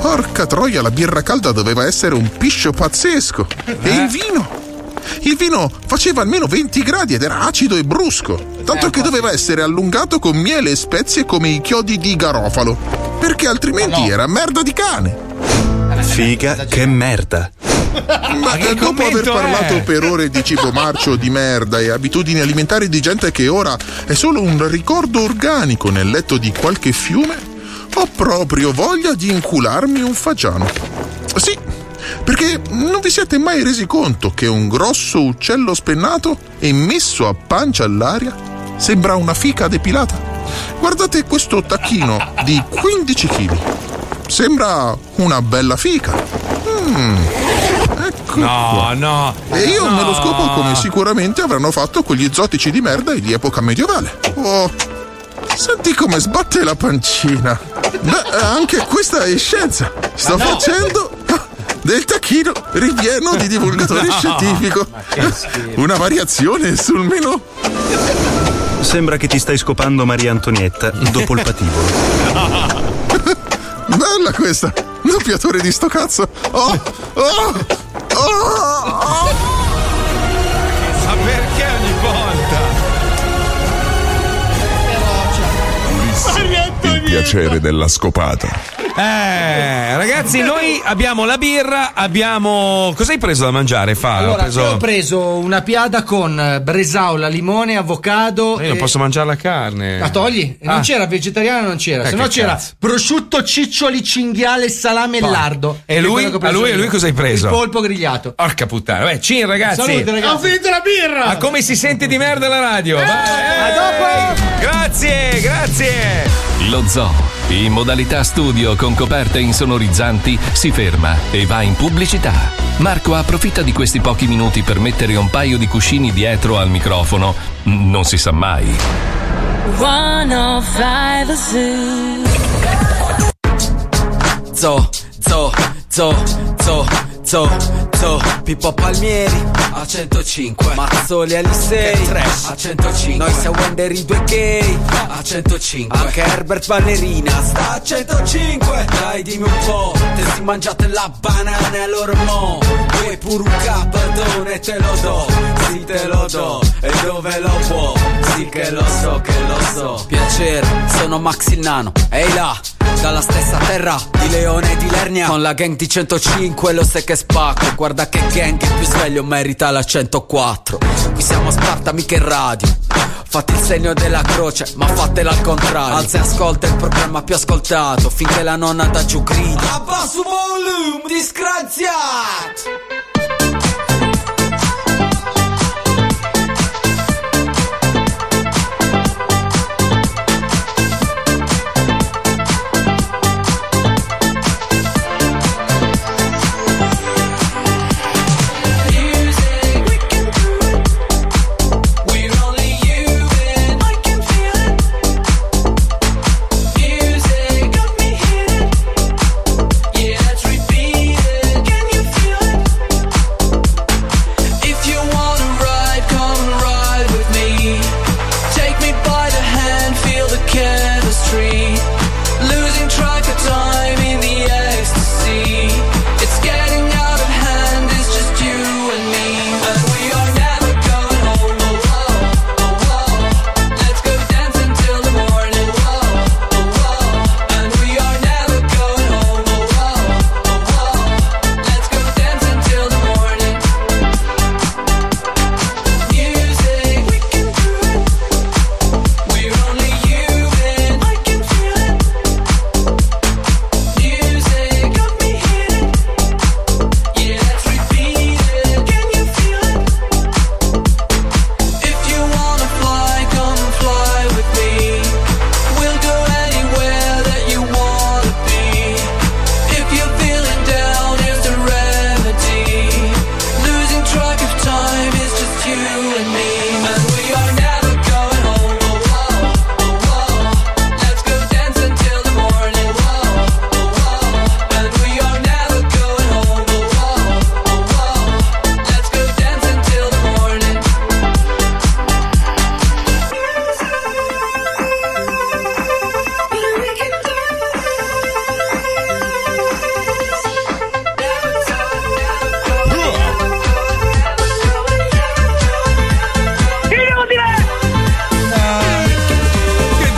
Porca troia, la birra calda doveva essere un piscio pazzesco. E il vino? Il vino faceva almeno 20 gradi ed era acido e brusco, tanto che doveva essere allungato con miele e spezie come i chiodi di garofalo, perché altrimenti era merda di cane. Figa che merda. Ma é eh, che dopo aver commento è? parlato per ore di cibo marcio, di merda e abitudini alimentari di gente che ora è solo un ricordo organico nel letto di qualche fiume, ho proprio voglia di incularmi un fagiano. Sì, perché non vi siete mai resi conto che un grosso uccello spennato e messo a pancia all'aria sembra una fica depilata? Guardate questo tacchino di 15 kg. Sembra una bella fica. Mm. No, no. E io no. me lo scopo come sicuramente avranno fatto quegli zotici di merda di epoca medievale. Oh, senti come sbatte la pancina. Beh, anche questa è scienza. Sto Ma no. facendo del tacchino ripieno di divulgatore No. scientifico. Ma che schifo. Una variazione sul menù. Sembra che ti stai scopando Maria Antonietta dopo il patibolo. Bella questa. Doppiatore di sto cazzo. Oh, oh, oh. Ma perché ogni volta? Il piacere della scopata. Eh, ragazzi, noi abbiamo la birra, abbiamo. Cosa hai preso da mangiare, Fabio? Eh, Allora, Ah, Ho io preso. ho preso una piada con eh, bresaola, limone, avocado. Ma Io non e- posso mangiare la carne. La togli? Non Ah. c'era vegetariano, non c'era. Eh, Se no che c'era cazzo. prosciutto, ciccioli, cinghiale, salame e Porca. lardo. E Che è lui? quello che ho preso A lui- a io. lui cosa hai preso? Il polpo grigliato. Porca puttana. Vabbè, cin, ragazzi. Salute, ragazzi. Eh. Ho finito la birra! Ma come si sente di merda la radio? Vai. Grazie, grazie. Lo zoo, in modalità studio con coperte insonorizzanti, si ferma e va in pubblicità. Marco approfitta di questi pochi minuti per mettere un paio di cuscini dietro al microfono. Mm, Non si sa mai. 105 The Zoo. Zo, zo, zo, zo, zo, zo Pippo Palmieri a 105 Mazzoli Alisei a 105 Noi siamo Wender i 2K a 105 Anche Herbert Ballerina sta a 105 Dai dimmi un po' Te si mangiate la banana e loro mo Vuoi pure un capatone te lo do Sì te lo do E dove lo può Sì che lo so che lo so Piacere sono Max il Nano Ehi là dalla stessa terra di Leone e di Lernia Con la gang di 105 lo sai che spacco Guarda che gang il più sveglio merita la 104 Qui siamo a Sparta mica in radio Fate il segno della croce ma fatela al contrario Alza e ascolta il programma più ascoltato Finché la nonna da giù grida Abbasso volume, disgraziato! Music got me hit. Yeah, it's repeated. Can you feel it?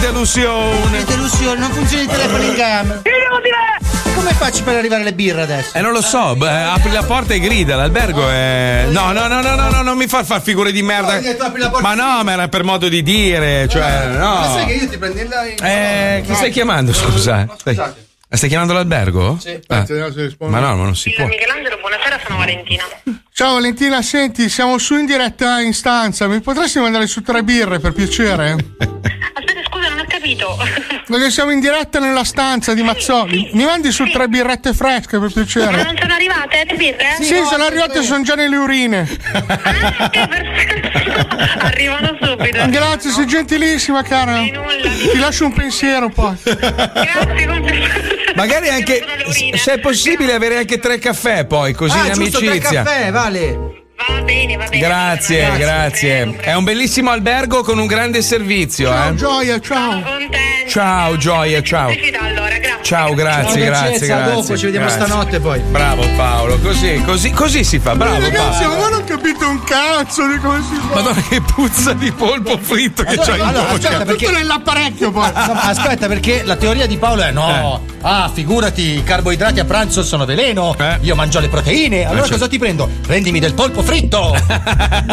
delusione. Che delusione, non funziona il telefono in gamma. Come faccio per arrivare alle birre adesso? Eh, non lo so, beh, apri la porta e grida, l'albergo è. No, no, no, no, no, no, non mi far far figure di merda. No, perché tu apri la porta- Eh, Ma no, ma era per modo di dire, Eh, cioè, Ma sai che no. io ti prendo in là in- Eh, chi No. stai chiamando, scusa? Stai- Ma Stai chiamando l'albergo? Sì. Eh. Aspetta, vediamo se risponde. Ah, Ma no, ma non si può. Ciao Valentina, senti, siamo su in diretta in stanza. Mi potresti mandare su tre birre per piacere? Scusa, non ho capito. Perché siamo in diretta nella stanza di Mazzoli. Mi mandi su tre birrette fresche per Ma piacere? non sono arrivate eh? le birre? Sì, sono arrivate, sono già nelle urine. Arrivano subito. Grazie, sei gentilissima, cara. Ti lascio un pensiero poi. Magari anche. Se è possibile avere anche tre caffè, poi, così ah, in giusto, amicizia. tre caffè, vale. Grazie, grazie, È un bellissimo albergo con un grande servizio. eh. Gioia, ciao. Ciao, Gioia, ciao. Ciao, grazie, grazie, Ciao, dolcezza, grazie. dopo, ci vediamo grazie. stanotte poi. Bravo Paolo, così, così, così si fa, bravo Ragazzi, Paolo. ma non ho capito un cazzo di come si fa. Madonna che puzza di polpo fritto che c'hai in allora, bocca. aspetta, perché- Ah, Tutto nell'apparecchio poi. No, aspetta, perché la teoria di Paolo è no. Eh. Ah, figurati, i carboidrati a pranzo sono veleno. Io mangio le proteine. Allora Eh. certo. cosa ti prendo? Prendimi del polpo fritto.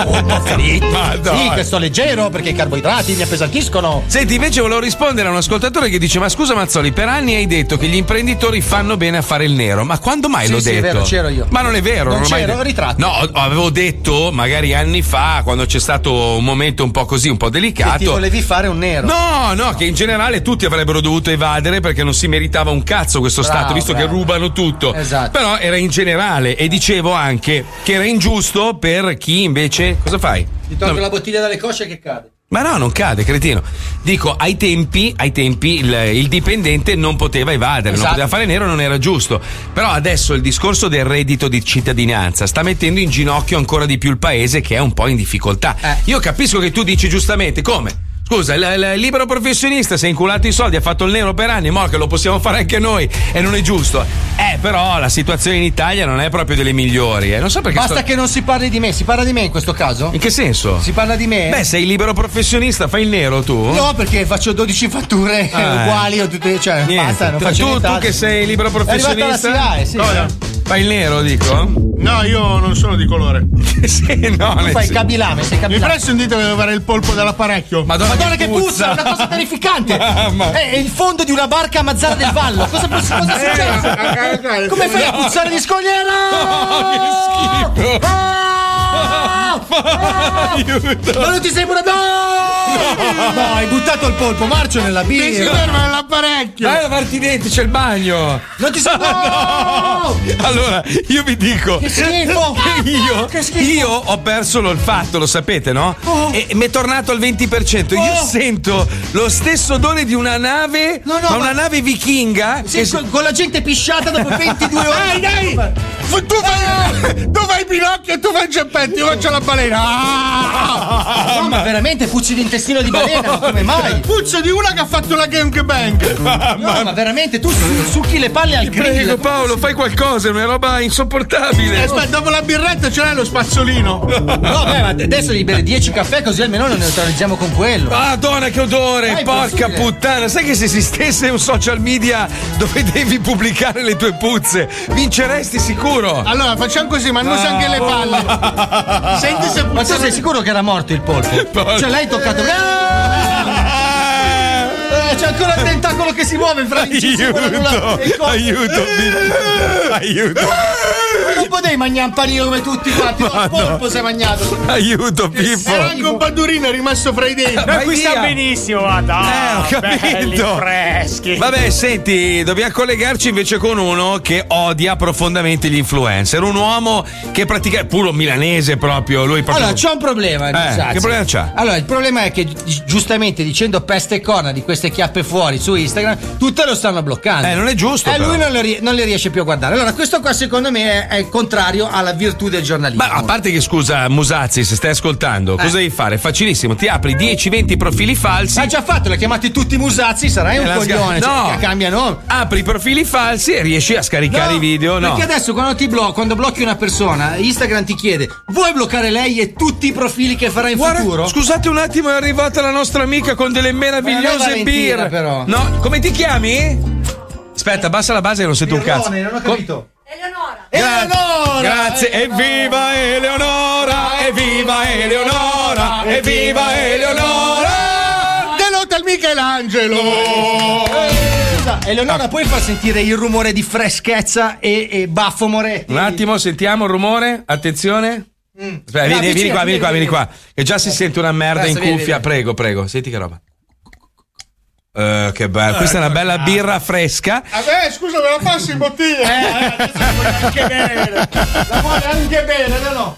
polpo fritto. Madonna. Sì, che sto leggero perché i carboidrati mi appesantiscono. Senti, invece volevo rispondere a un ascoltatore che dice: Ma scusa Mazzoli, per anni hai detto che gli imprenditori fanno bene a fare il nero, ma quando mai Sì, l'ho sì, è detto? vero, c'ero io. Ma non è vero, Non ho mai c'ero, detto. ritratto. No, ho- avevo detto magari anni fa, quando c'è stato un momento un po' così, un po' Che ti delicato. volevi fare un nero. No, no, che in generale tutti avrebbero dovuto evadere perché non si meritava un cazzo questo Bravo, Stato, visto bravo. Esatto. che rubano tutto. Però era in generale e dicevo anche che era ingiusto per chi invece. Cosa fai? Ti tolgo No, la bottiglia dalle cosce che cade. ma no, non cade, cretino. Dico, ai tempi, ai tempi il, il dipendente non poteva evadere, non Esatto. poteva fare nero, non era giusto. Però adesso il discorso del reddito di cittadinanza sta mettendo in ginocchio ancora di più il paese che è un po' in difficoltà. Eh. Io capisco che tu dici giustamente come? Scusa, il, il libero professionista si è inculato i soldi, ha fatto il nero per anni, mo che lo possiamo fare anche noi e non è giusto. Eh, però la situazione in Italia non è proprio delle migliori, eh. Non so perché Basta sto- che non si parli di me. Si parla di me in questo caso? In che senso? Si parla di me? Beh, sei libero professionista, fai il nero tu? No, perché faccio 12 fatture Ah, Boh. eh. uguali o tutte, cioè, Niente. basta, non Tu- faccio tu- niente. tu altro. che sei libero È arrivata professionista? Eh, la SIAE, sì. Cosa? Fai il nero, dico? No, io non sono di colore. sì, no, Tu fai il cabilame, sei Mi cabilame. presti un dito per fare il polpo dell'apparecchio? Madonna che puzza, è una cosa terrificante. Mamma. È il fondo di una barca a Mazzara del Vallo. Cosa, cosa Eh, è Eh, successo? Come fai a puzzare di scogliera? che schifo. Ah! Aiuto. Ma non ti sembra no! No, hai buttato il polpo marcio nella birra. Mi eh, si ferma nell'apparecchio. Vai a lavarti i denti, c'è il bagno. Non ti sembra no! Allora, io vi dico. Che schifo! Io, Che schifo! io ho perso l'olfatto, lo sapete, no? Oh. E mi è tornato al 20%. Io Oh. sento lo stesso odore di una nave, No, no, ma ma- una nave vichinga. eh? Sì, che- con, con la gente pisciata dopo 22 ore. Dai, dai! Fu- Tu fai, tu fai Pinocchio e tu fai Geppetti, io faccio la balena. Ah! No, ma veramente puzzi di intestino di balena, ma come mai? Puzzo di una che ha fatto la gang bang. No, ma veramente tu su- succhi le palle al Prego grill. Paolo, fai qualcosa, è una roba insopportabile. Eh, Aspetta, dopo la birretta ce l'hai lo spazzolino. No, beh, ma adesso devi bere 10 caffè così almeno lo neutralizziamo con quello. Madonna Ah, che odore, Ma è porca possibile? puttana, sai che se esistesse un social media dove devi pubblicare le tue puzze, vinceresti sicuro. Allora, facciamo così, ma non anche le palle. Senti se Ma tu sei sicuro che era morto il polpo? Porca- Cioè, lei ha toccato. Eh, C'è ancora il tentacolo che si muove fra l'incisivo e la- Aiuto, e il corpo. aiuto, mi- aiuto, Non potevi mangiare un panino come tutti quanti. No, il polpo si è mangiato. aiuto Era Pippo. anche un padurino rimasto fra i denti. Vai Noi qui via. sta benissimo, Eh, ho guarda. belli capito. freschi. Vabbè, senti, dobbiamo collegarci invece con uno che odia profondamente gli influencer. Un uomo che pratica, puro milanese proprio, lui proprio. Ecco. Allora, c'è un problema. Sazzi. Eh, che problema c'ha? Allora, il problema è che gi- giustamente dicendo peste e corna di queste chiappe fuori su Instagram, tutte lo stanno bloccando. Eh, non è giusto, E però. lui non le, rie- non le riesce più a guardare. Allora, questo qua secondo me è, è il contrario alla virtù del giornalismo. Ma a parte che scusa, Musazzi, se stai Eh. ascoltando, cosa devi fare? Facilissimo, ti apri 10-20 profili falsi. Ha già fatto, l'ha chiamati tutti Musazzi, sarai Eh, un la sca- coglione. No. cioè, cambia nome. Apri i profili falsi e riesci a scaricare i video, no? Perché adesso quando ti blocco, quando blocchi una persona, Instagram ti chiede: vuoi bloccare lei e tutti i profili che farà in futuro? Scusate un attimo, è arrivata la nostra amica con delle Ma non è meravigliose Valentina, birre. però. No, come ti chiami? Aspetta, abbassa la base che non sento un cazzo. non ho Co- capito. Gra- Eleonora! Grazie, evviva Eleonora! Evviva Eleonora! Evviva Eleonora! Delota il Michelangelo! Scusa, Eleonora, puoi far sentire il rumore di freschezza e, e baffo Moretti? Un attimo, sentiamo il rumore. Attenzione. Aspetta, No, vieni, vieni avvicina, qua, vieni qua, vieni vieni, qua. Che già si sente una merda Adesso in vieni, cuffia. vieni. Prego, prego. Senti che roba. Eh, che bello. Questa è una bella birra fresca. Vabbè, Ah, scusa, me la passi in bottiglia? Eh, anche bene. La vuole anche bene, no, no.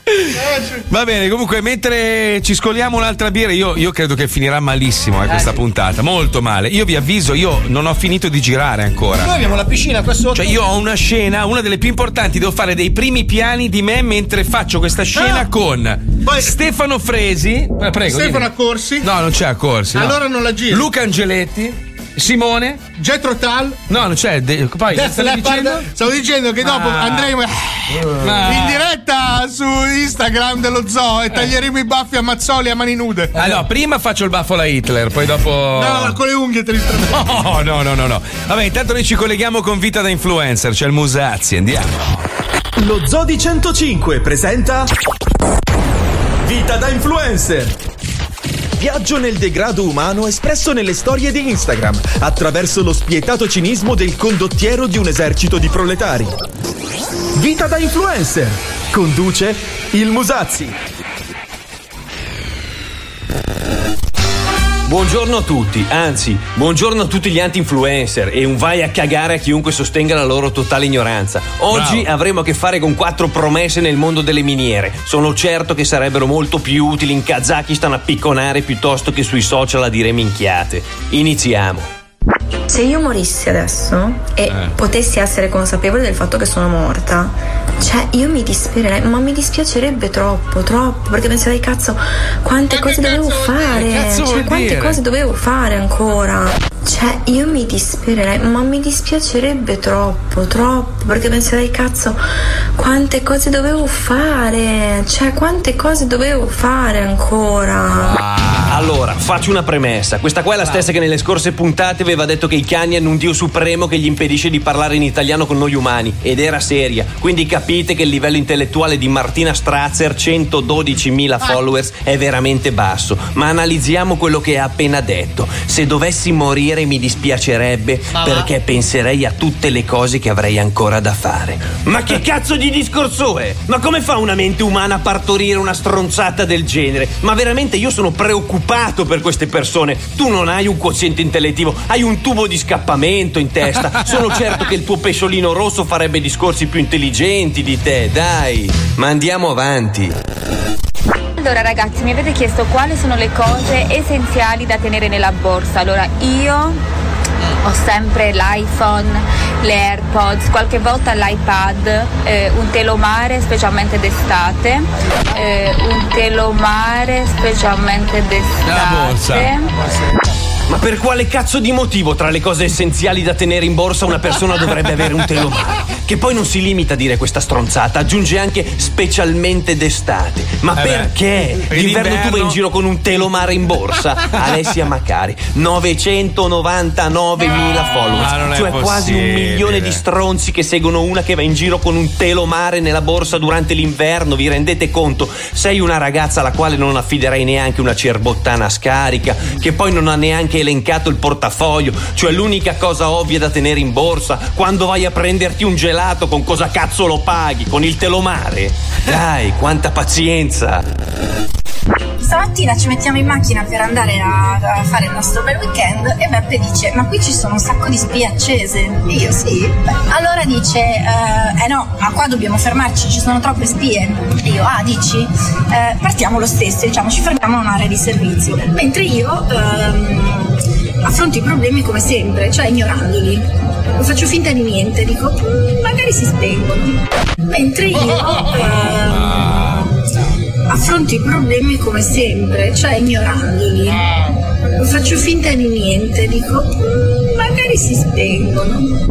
Va bene, comunque, mentre ci scoliamo un'altra birra, io, io credo che finirà malissimo eh, questa puntata. Molto male. Io vi avviso, io non ho finito di girare ancora. Noi abbiamo la piscina qua sotto. Cioè, io ho una scena, una delle più importanti. Devo fare dei primi piani di me mentre faccio questa scena con Stefano Fresi. Eh, Prego. Ah. Stefano dimmi. Accorsi. No, non c'è Accorsi. no. Allora non la giro. Luca Angeletti. Simone. Getro Tal. No, non c'è. De- poi, Def stavi Leppard. dicendo? Stavo dicendo che dopo Ah. andremo Ma- in diretta su Instagram dello zoo e taglieremo i baffi a Mazzoli a mani nude. Eh. Allora, prima faccio il baffo alla Hitler, poi dopo. No, Ah, con le unghie te li stra- No, Oh, no, no, no, no. Vabbè, intanto noi ci colleghiamo con Vita da Influencer, c'è il Musazzi, andiamo. Lo Zodi 105 presenta Vita da influencer. Viaggio nel degrado umano espresso nelle storie di Instagram, attraverso lo spietato cinismo del condottiero di un esercito di proletari. Vita da influencer. Conduce il Musazzi. Buongiorno a tutti, anzi, buongiorno a tutti gli anti-influencer e un vai a cagare a chiunque sostenga la loro totale ignoranza. Oggi avremo a che fare con quattro promesse nel mondo delle miniere. Sono certo che sarebbero molto più utili in Kazakistan a picconare piuttosto che sui social a dire minchiate. Iniziamo. Se io morissi adesso e Eh. potessi essere consapevole del fatto che sono morta, cioè io mi dispierei, ma mi dispiacerebbe troppo, troppo, perché penserei cazzo, quante cose dovevo fare, Che Eh, cazzo cioè vuol quante dire? cose dovevo fare ancora. Cioè io mi dispierei, ma mi dispiacerebbe troppo, troppo, perché penserei cazzo, quante cose dovevo fare, cioè quante cose dovevo fare ancora. Ah. Ah. Allora, faccio una premessa. Questa qua è la stessa che nelle scorse puntate aveva detto che i cani hanno un dio supremo che gli impedisce di parlare in italiano con noi umani. Ed era seria. Quindi capite che il livello intellettuale di Martina Strazzer, 112.000 followers, è veramente basso. Ma analizziamo quello che ha appena detto. Se dovessi morire mi dispiacerebbe Ma va. perché penserei a tutte le cose che avrei ancora da fare. Ma che cazzo di discorso è? Ma come fa una mente umana a partorire una stronzata del genere? Ma veramente io sono preoccupato per queste persone. Tu non hai un quoziente intellettivo, hai un tubo di scappamento in testa. Sono certo che il tuo pesciolino rosso farebbe discorsi più intelligenti di te, dai. Ma andiamo avanti. Allora ragazzi mi avete chiesto quali sono le cose essenziali da tenere nella borsa. Allora io ho sempre l'iPhone, le AirPods, qualche volta l'iPad, eh, un telomare specialmente d'estate, eh, un telomare specialmente d'estate. Ma per quale cazzo di motivo tra le cose essenziali da tenere in borsa una persona dovrebbe avere un telomare? Che poi non si limita a dire questa stronzata, aggiunge anche specialmente d'estate. Ma Eh beh, perché? perché D'inverno tu d'inverno- vai in giro con un telomare in borsa? Alessia Macari, 999.000 Ma Ah, non è followers, cioè quasi un possibile. milione di stronzi che seguono una che va in giro con un telomare nella borsa durante l'inverno, vi rendete conto? Sei una ragazza alla quale non affiderei neanche una cerbottana scarica, che poi non ha neanche elencato il portafoglio, cioè l'unica cosa ovvia da tenere in borsa, quando vai a prenderti un gelato con cosa cazzo lo paghi? Con il telomare? Dai, quanta pazienza! Stamattina ci mettiamo in macchina per andare a, a fare il nostro bel weekend e Beppe dice ma qui ci sono un sacco di spie accese. E io sì. Allora dice eh eh no, ma qua dobbiamo fermarci, ci sono troppe spie. E io ah dici? Eh, partiamo lo stesso, diciamo ci fermiamo a un'area di servizio. Mentre io ehm, affronto i problemi come sempre, cioè ignorandoli. Non faccio finta di niente, dico "Mm, magari si spengono. Mentre io... ehm, Ah. affronto i problemi come sempre, cioè ignorandoli. Non faccio finta di niente, dico "Mm, magari si spengono.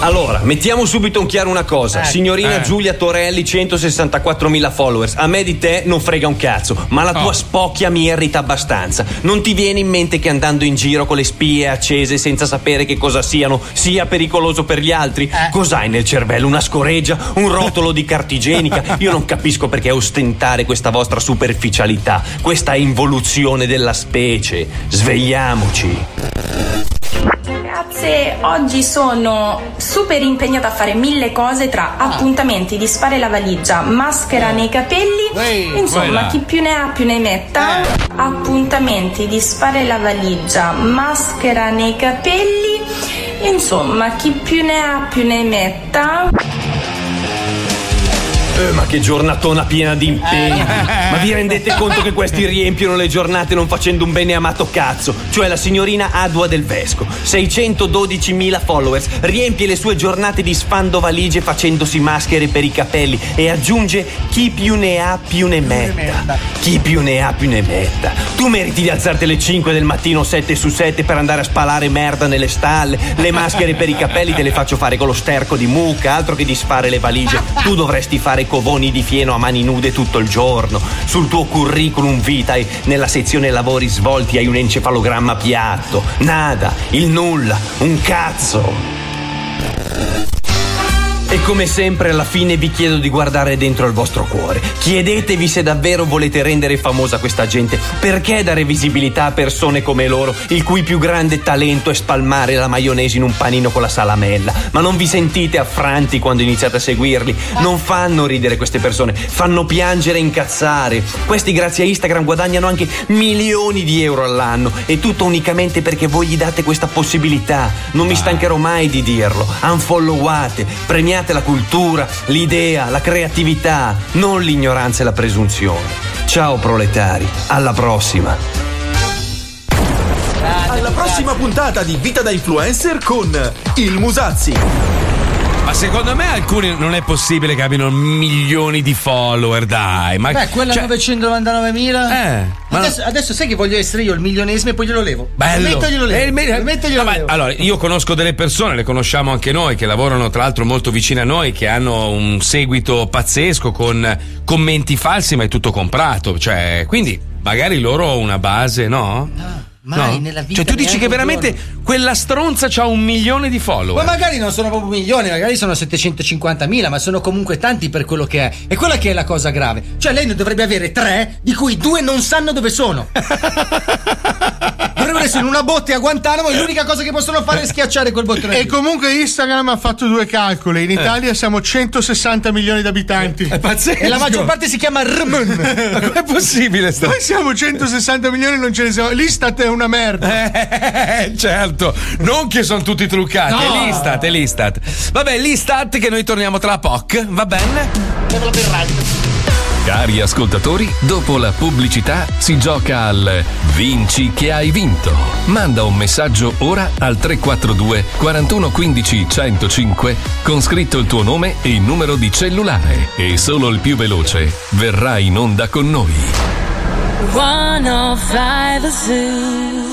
Allora, mettiamo subito in chiaro una cosa. Ecco. Signorina Eh. Giulia Torelli, 164.000 followers. A me di te non frega un cazzo, ma la Oh. tua spocchia mi irrita abbastanza. Non ti viene in mente che andando in giro con le spie accese senza sapere che cosa siano sia pericoloso per gli altri? Eh. Cos'hai nel cervello? Una scoreggia? Un rotolo di cartigenica? Io non capisco perché ostentare questa vostra superficialità, questa involuzione della specie. Svegliamoci. Grazie, oggi sono super impegnata a fare mille cose tra Ah. appuntamenti, disfare la valigia, Eh. maschera nei capelli, insomma quella. chi più ne ha più ne metta. Eh. Appuntamenti, disfare la valigia, maschera nei capelli, insomma chi più ne ha più ne metta. Eh, ma che giornatona piena di impegni! Ma vi rendete conto che questi riempiono le giornate non facendo un bene amato cazzo? Cioè la signorina Adua del Vesco, 612.000 followers, riempie le sue giornate di sfando valigie facendosi maschere per i capelli e aggiunge chi più ne ha più ne metta. Chi più ne ha più ne metta. Tu meriti di alzarti alle 5 del mattino 7 su 7 per andare a spalare merda nelle stalle, le maschere per i capelli te le faccio fare con lo sterco di mucca, altro che disfare le valigie. Tu dovresti fare covoni di fieno a mani nude tutto il giorno. Sul tuo curriculum vitae, nella sezione lavori svolti, hai un encefalogramma piatto. Nada, il nulla, un cazzo. E come sempre alla fine vi chiedo di guardare dentro al vostro cuore. Chiedetevi se davvero volete rendere famosa questa gente. Perché dare visibilità a persone come loro, il cui più grande talento è spalmare la maionese in un panino con la salamella? Ma non vi sentite affranti quando iniziate a seguirli? Non fanno ridere queste persone, fanno piangere e incazzare. Questi grazie a Instagram guadagnano anche milioni di euro all'anno e tutto unicamente perché voi gli date questa possibilità. Non mi stancherò mai di dirlo. Unfollowate, premiate la cultura, l'idea, la creatività, non l'ignoranza e la presunzione. Ciao proletari, alla prossima. Alla prossima puntata di Vita da Influencer con il Musazzi. Ma secondo me alcuni non è possibile che abbiano milioni di follower, dai. Ma Beh, quella cioè, 999.000. Eh, ma- adesso, adesso sai che voglio essere io il milionesimo e poi glielo levo. Bello. Metto e glielo levo. Eh, me- Metto e glielo levo. Allora, io conosco delle persone, le conosciamo anche noi, che lavorano tra l'altro molto vicino a noi, che hanno un seguito pazzesco con commenti falsi, ma è tutto comprato. Cioè, quindi magari loro una base, no? mai No? nella vita, Cioè, tu dici neanche che un veramente quella stronza ha un milione di follower. Ma magari non sono proprio milioni, magari sono 750.000, ma sono comunque tanti per quello che è. E quella che è la cosa grave. Cioè, lei ne dovrebbe avere tre, di cui due non sanno dove sono. dovrebbero essere in una botte a Guantanamo e l'unica cosa che possono fare è schiacciare quel bottone. E comunque Instagram ha fatto due calcoli. In Eh. Italia siamo 160 milioni di abitanti. È pazzesco. E la maggior parte si chiama Rmn. Ma com'è possibile sta? Noi siamo 160 milioni e non ce ne siamo. L'Istat è una merda. Eh, certo, non che sono tutti truccati, No. è l'Istat, è l'Istat. Vabbè, l'Istat che noi torniamo tra poc, va bene? Cari ascoltatori, dopo la pubblicità si gioca al Vinci che hai vinto. Manda un messaggio ora al 342 4115 105 con scritto il tuo nome e il numero di cellulare e solo il più veloce verrà in onda con noi. 105 The Zoo.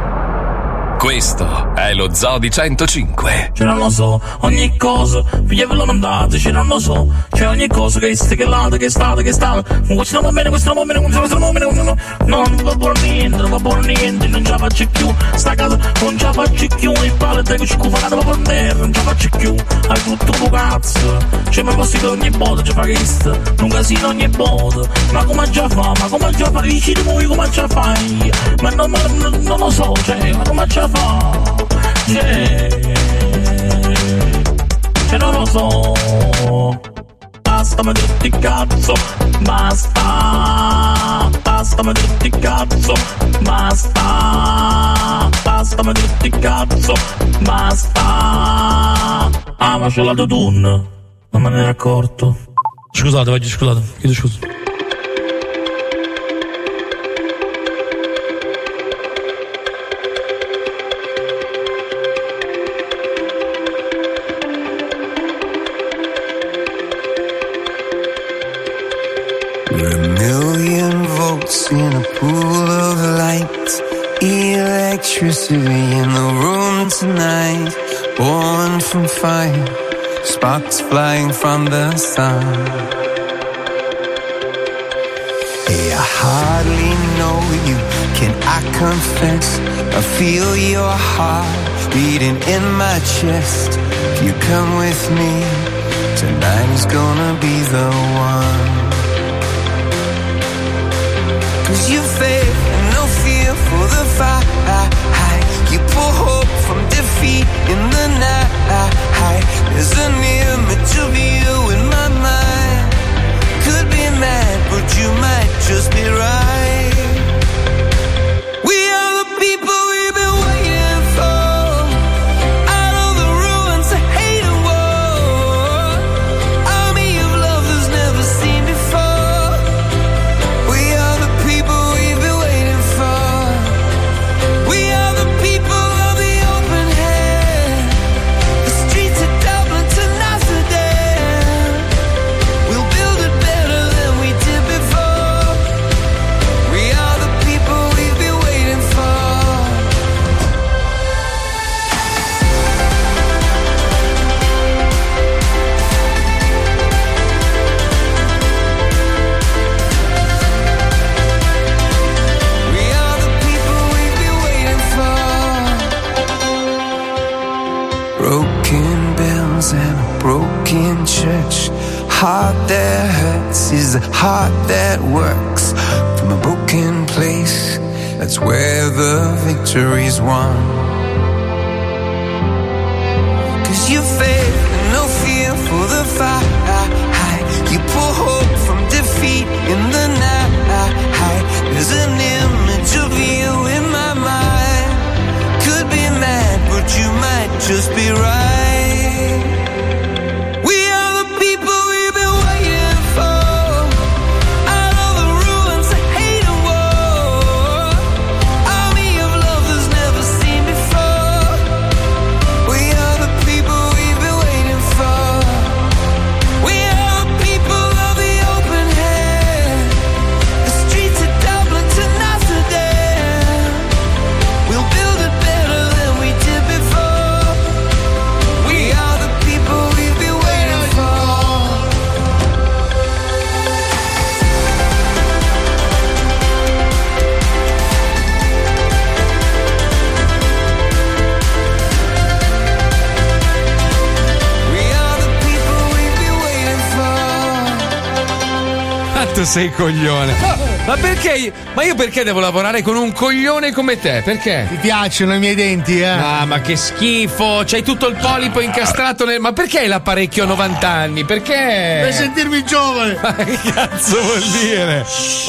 Questo è lo Zoo di 105. Ce Cioè, non lo so, ogni cosa, figliavelo mandate, ce cioè, non lo so, c'è ogni cosa che è sticchellata, che è stata, che è stata, ma questo non va bene, questo non va bene, questo non va bene, questo non va bene, non va buono niente, non va buono niente, non ce la faccio più, sta casa non ce la faccio più, in palla te che ci cuffanate va per terra, non ce la faccio più, hai tutto un cazzo, c'è mai così che ogni volta ci fa questo, un casino ogni volta, ma come già fa, ma come già fa, dici di voi come già fai, ma non, ma non- non lo so, cioè, ma come già fa, cioè, cioè non lo so. Basta ma tutti cazzo, basta. Basta ma tutti cazzo, basta. Basta ma tutti cazzo, basta. Ah, ma c'è la Dodun. Non me ne ero accorto. Scusate, voglio scusate, chiedo scusa. Million volts in a pool of light. Electricity in the room tonight. Born from fire. Sparks flying from the sun. Hey, I hardly know you. Can I confess? I feel your heart beating in my chest. If you come with me, tonight is gonna be the one. Cause you faith and no fear for the fight. You pull hope from defeat in the night. There's an image of you in my mind. Could be mad, but you might just be right. We are the people we've been waiting for. Out of the ruins of hate and war. Army of love that's never seen before. We are the people we've been waiting for. We are the people of the open hand. The streets of Dublin to Amsterdam. We'll build it better than we did before. We are the people we've been waiting for. We are the people we've been waiting for. Broken bells and a broken church. Heart that hurts is a heart that works. From a broken place, that's where the victory's won. Cause you faith and no fear for the fight. You pull hope from defeat in the night. There's an image of you in my mind. Could be mad, but you might just be right. We are the people we've been waiting for. Out of the ruins of hate and war. Army of love that's never seen before. We are the people we've been waiting for. We are the people of the open hand. The streets of Dublin to Amsterdam. We'll build it better than we did before. We are the people we've been waiting for. We are the people we've been waiting for. Ma Ah, tu sei coglione. Ma perché? io- Ma io perché devo lavorare con un coglione come te? Perché? Ti piacciono i miei denti, eh? Ah, ma che schifo! C'hai tutto il polipo incastrato nel. Ma perché hai l'apparecchio a 90 anni? Perché? Per sentirmi giovane. Eh. Ma che cazzo vuol dire?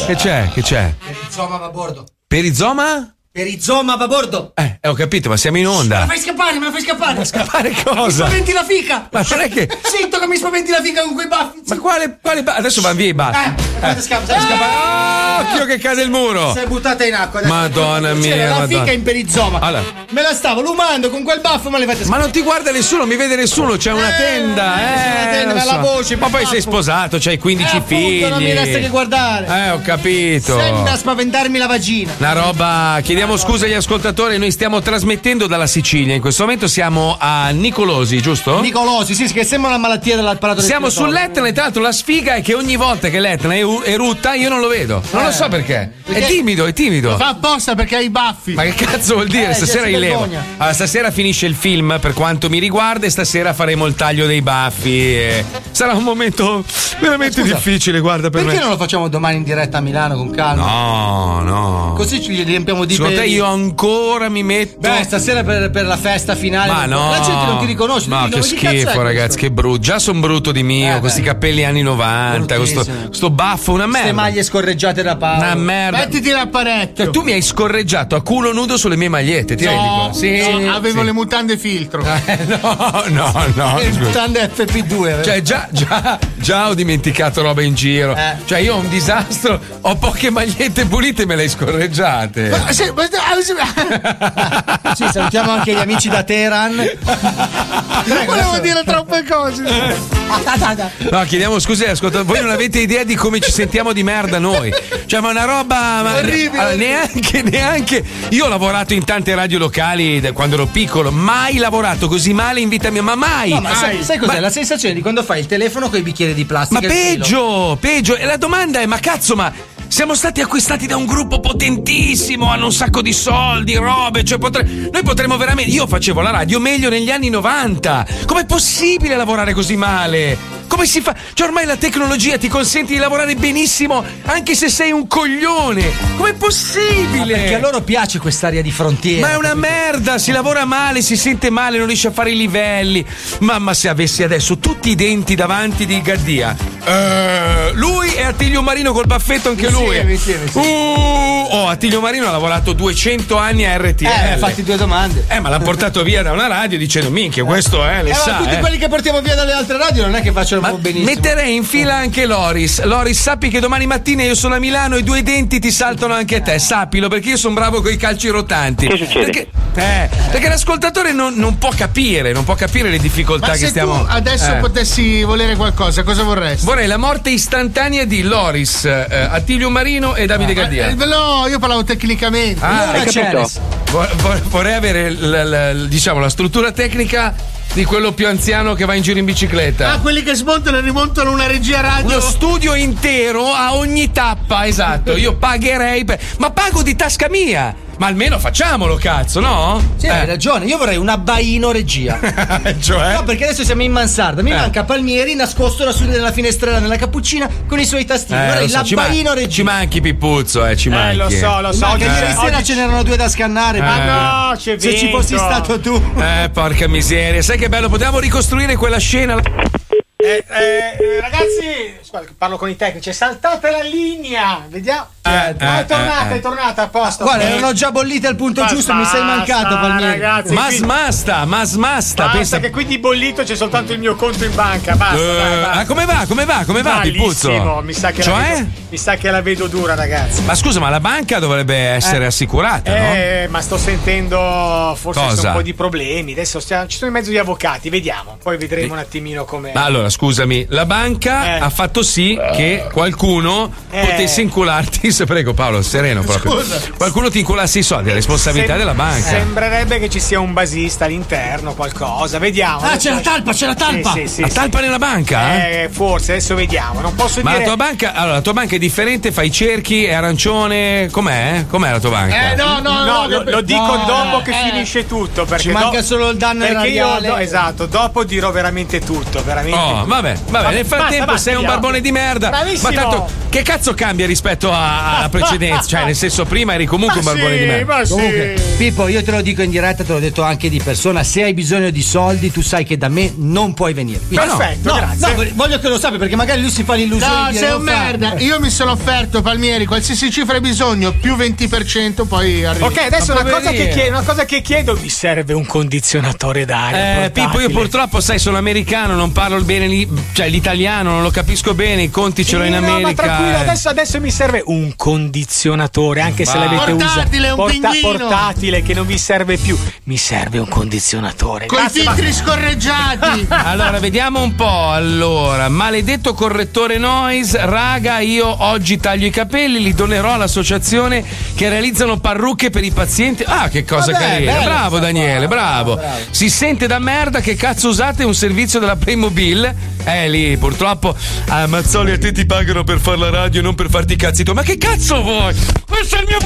Che c'è? Che c'è? Perizoma va a bordo. Perizoma? Perizoma va a bordo. Eh, eh, ho capito, ma siamo in onda. fai scappare, me la fai scappare. Ma Ah. scappare cosa? Mi spaventi la fica. Ma non è che- Sento che mi spaventi la fica con quei baffi. Ma quale. quale ba- Adesso vanno via i baffi. Eh, Quando scappa, sai, scappa. Ah, Occhio che cade il muro. Si è buttata in acqua. adesso. Madonna mia. C'era la madonna. fica in perizoma. Allora. Me la stavo lumando con quel baffo, ma le fate Eh, Ma non ti guarda nessuno, mi vede nessuno, c'è una tenda. c'è una eh, tenda, lo la voce, Ma poi sei sposato, c'hai 15 figli. Appunto, non mi resta che guardare. Eh, ho capito. Sembra spaventarmi la vagina. Una roba, chiediamo scusa agli ascoltatori, noi stiamo trasmettendo dalla Sicilia, in questo momento siamo a Nicolosi, giusto? Nicolosi, sì, sì, che sembra una malattia dell'apparato Oh? Siamo respiratorio. sull'Etna e tra l'altro la sfiga è che ogni volta che l'Etna eru- erutta io non lo vedo. Non lo so perché. È Perché- timido, è timido. Lo fa apposta perché hai i baffi. Ma che cazzo vuol dire? Eh, stasera si in leva. vergogna. Allora, stasera finisce il film per quanto mi riguarda e stasera faremo il taglio dei baffi. e Sarà un momento veramente Scusa, difficile, guarda per Perché me. non lo facciamo domani in diretta a Milano con calma? No, no. Così ci riempiamo di Secondo te peli. io ancora mi metto. Beh, stasera per, per la festa finale. Ma no, La gente non ti riconosce. Ma tu che dici, "Ma chi cazzo è Eh, schifo, ragazzi, che brutto. Già sono brutto di mio, questi capelli anni 90, questo, sto baffo, una Queste merda. maglie scorreggiate da Paolo. Una merda. Mettiti Cioè, l'apparecchio. tu mi hai scorreggiato a culo nudo sulle mie magliette, ti rendi No, conto? Sì, no, avevo sì. le mutande filtro. No, no, no. Le scusa. mutande FP2. Cioè, già, già, già ho dimenticato roba in giro. Eh. Cioè, io ho un disastro, ho poche magliette pulite e me le hai scorreggiate. Ma se- Eh, ma- ah, Sì, salutiamo anche gli amici da Teheran. Volevo dire troppe cose. Eh. Ah, No, chiediamo scusa, ascolta, voi non avete idea di come ci sentiamo di merda noi. Cioè, ma una roba. ma- Orribile. allora, neanche, neanche. Io ho lavorato in tante radio locali da quando ero piccolo, mai lavorato così male in vita mia, ma mai! No, ma sai, mai. sai cos'è? Ma- La sensazione di quando fai il telefono con i bicchieri di Ma plastica. e il peggio, filo. peggio. E la domanda è: ma cazzo, ma siamo stati acquistati da un gruppo potentissimo, hanno un sacco di soldi, robe. Cioè potre- noi potremmo veramente. Io facevo la radio meglio negli anni 90. Com'è possibile lavorare così male? Come si fa? Cioè, ormai la tecnologia ti consente di lavorare benissimo anche se sei un coglione. Com'è possibile? Perché a loro piace quest'area di frontiera. Ma è una merda, si lavora male, si sente male, non riesce a fare i livelli. Mamma, se avessi adesso tutti i denti davanti di Gaddia. Eh, lui e Attilio Marino col baffetto anche lui. Insieme, insieme, sì. Uh, oh, Attilio Marino ha lavorato 200 anni a RTL. Eh, fatti due domande. Eh, ma l'ha portato via da una radio dicendo minchia, questo eh, le Eh, ma sa. tutti eh." quelli che portiamo via dalle altre radio non è che facciano proprio benissimo. Metterei in fila anche Loris. Loris, sappi che domani mattina io sono a Milano e i due denti ti saltano anche a te. Sappilo perché io sono bravo con i calci rotanti. Che succede? Perché, eh, perché l'ascoltatore non, non può capire, non può capire le difficoltà Ma che se stiamo. tu adesso eh. potessi volere qualcosa, cosa vorresti? Vorrei la morte istantanea di Loris, eh, Attilio Marino e Davide Gaddia. Eh, No, io parlavo tecnicamente. Ah, hai capito? Vor- vor- vorrei avere l- l- diciamo, la struttura tecnica di quello più anziano che va in giro in bicicletta. Ah, quelli che smontano e rimontano una regia radio. Uno studio intero a ogni tappa, esatto. Io pagherei, per- ma pago di tasca mia. Ma almeno facciamolo, cazzo, no? Eh. Sì, hai ragione, io vorrei un abbaino regia. cioè? No, perché adesso siamo in mansarda. Mi Eh. manca Palmieri nascosto lassù nella finestrella nella cappuccina con i suoi tastini. Eh, vorrei lo so, ci, ma- l'abbaino regia. ci manchi Pipuzzo, eh, ci manchi. Mi manca, ieri sera ce n'erano due da scannare. Eh. ma no, Se ci fossi stato tu. Eh, porca miseria, sai che bello, potevamo ricostruire quella scena. Eh, eh, eh, ragazzi, scusa, parlo con i tecnici, saltate la linea, vediamo. Eh, Ah, eh, è tornata, eh, eh. è tornata, a posto. Eh. Guarda, erano già bollite al punto Basta, giusto. Mi sei mancato, Palmieri. ragazzi, ma qui- smasta, ma smasta. Basta pensa- che qui di bollito c'è soltanto il mio conto in banca, basta. Eh, dai, basta. ah, come va, come va, come va, Malissimo, Pipuzzo? mi sa che Cioè? la vedo, mi sa che la vedo dura, ragazzi. Ma scusa, ma la banca dovrebbe essere Eh. assicurata, no? Eh, ma sto sentendo forse Cosa? c'è un po' di problemi. Adesso stia- ci sono in mezzo gli avvocati, vediamo. Poi vedremo un attimino come. Ma allora, scusami, la banca ha fatto sì che qualcuno Eh. potesse incularti. Se prego, Paolo, sereno proprio. Scusa. Qualcuno ti inculasse i soldi, è responsabilità Sem- della banca. Sembrerebbe che ci sia un basista all'interno, qualcosa. Vediamo. Ah, c'è la talpa, c'è la talpa. Sì, sì, sì, La sì. talpa nella banca? Eh? Eh, forse adesso vediamo. Non posso Ma la dire. tua banca, allora, la tua banca è differente, fai i cerchi, è arancione, com'è? Com'è la tua banca? Eh, no, no, no, lo, lo dico dopo che finisce tutto. Perché eh. Ci manca do- solo il danno Perché io, erariale. do- esatto, dopo dirò veramente tutto. Veramente Oh, tutto. vabbè, vabbè, nel basta, frattempo basta, sei un vediamo. barbone di merda. Bravissimo. Ma tanto che cazzo cambia rispetto a- alla precedenza? Cioè, nel senso, prima eri comunque Ma un barbone sì, di merda. ma sì. Comunque, Pippo, io te lo dico in diretta, te l'ho detto anche di persona. Se hai bisogno di soldi, tu sai che da me non puoi venire. Via. Perfetto, no, grazie. no, voglio- voglio che lo sappia, perché magari lui si fa l'illusione. No, di dire, sei Eh. un "Lo fa". merda. Io mi sono offerto, Palmieri, qualsiasi cifra hai bisogno, più 20%, poi arrivo. Ok, adesso Ma una cosa, che poverino. chiedo, una cosa che chiedo, mi serve un condizionatore d'aria. Eh, Pippo, io purtroppo, sai, sono americano, non parlo il bene, lì- cioè l'italiano, non lo capisco bene, i conti ce l'ho in Sì, no, America. ma tranquillo, eh. adesso, adesso mi serve un condizionatore, anche se Va. l'avete usato. Portatile, un pinguino. Portatile, che non mi serve più. Mi serve un condizionatore. Coi Grazie, filtri ma- scorreggiati. Allora, vediamo un po'. Allora, maledetto correttore noise, raga, io oggi taglio i capelli, li donerò all'associazione che realizzano parrucche per i pazienti. Ah, che cosa Vabbè, carina. bella Bravo Daniele, bravo. Si sente da merda che cazzo usate un servizio della Playmobil? Eh lì, purtroppo a Ah, Mazzoli a te ti pagano per fare la radio e non per farti i cazzi tuoi. Ma che cazzo vuoi? Questo è il mio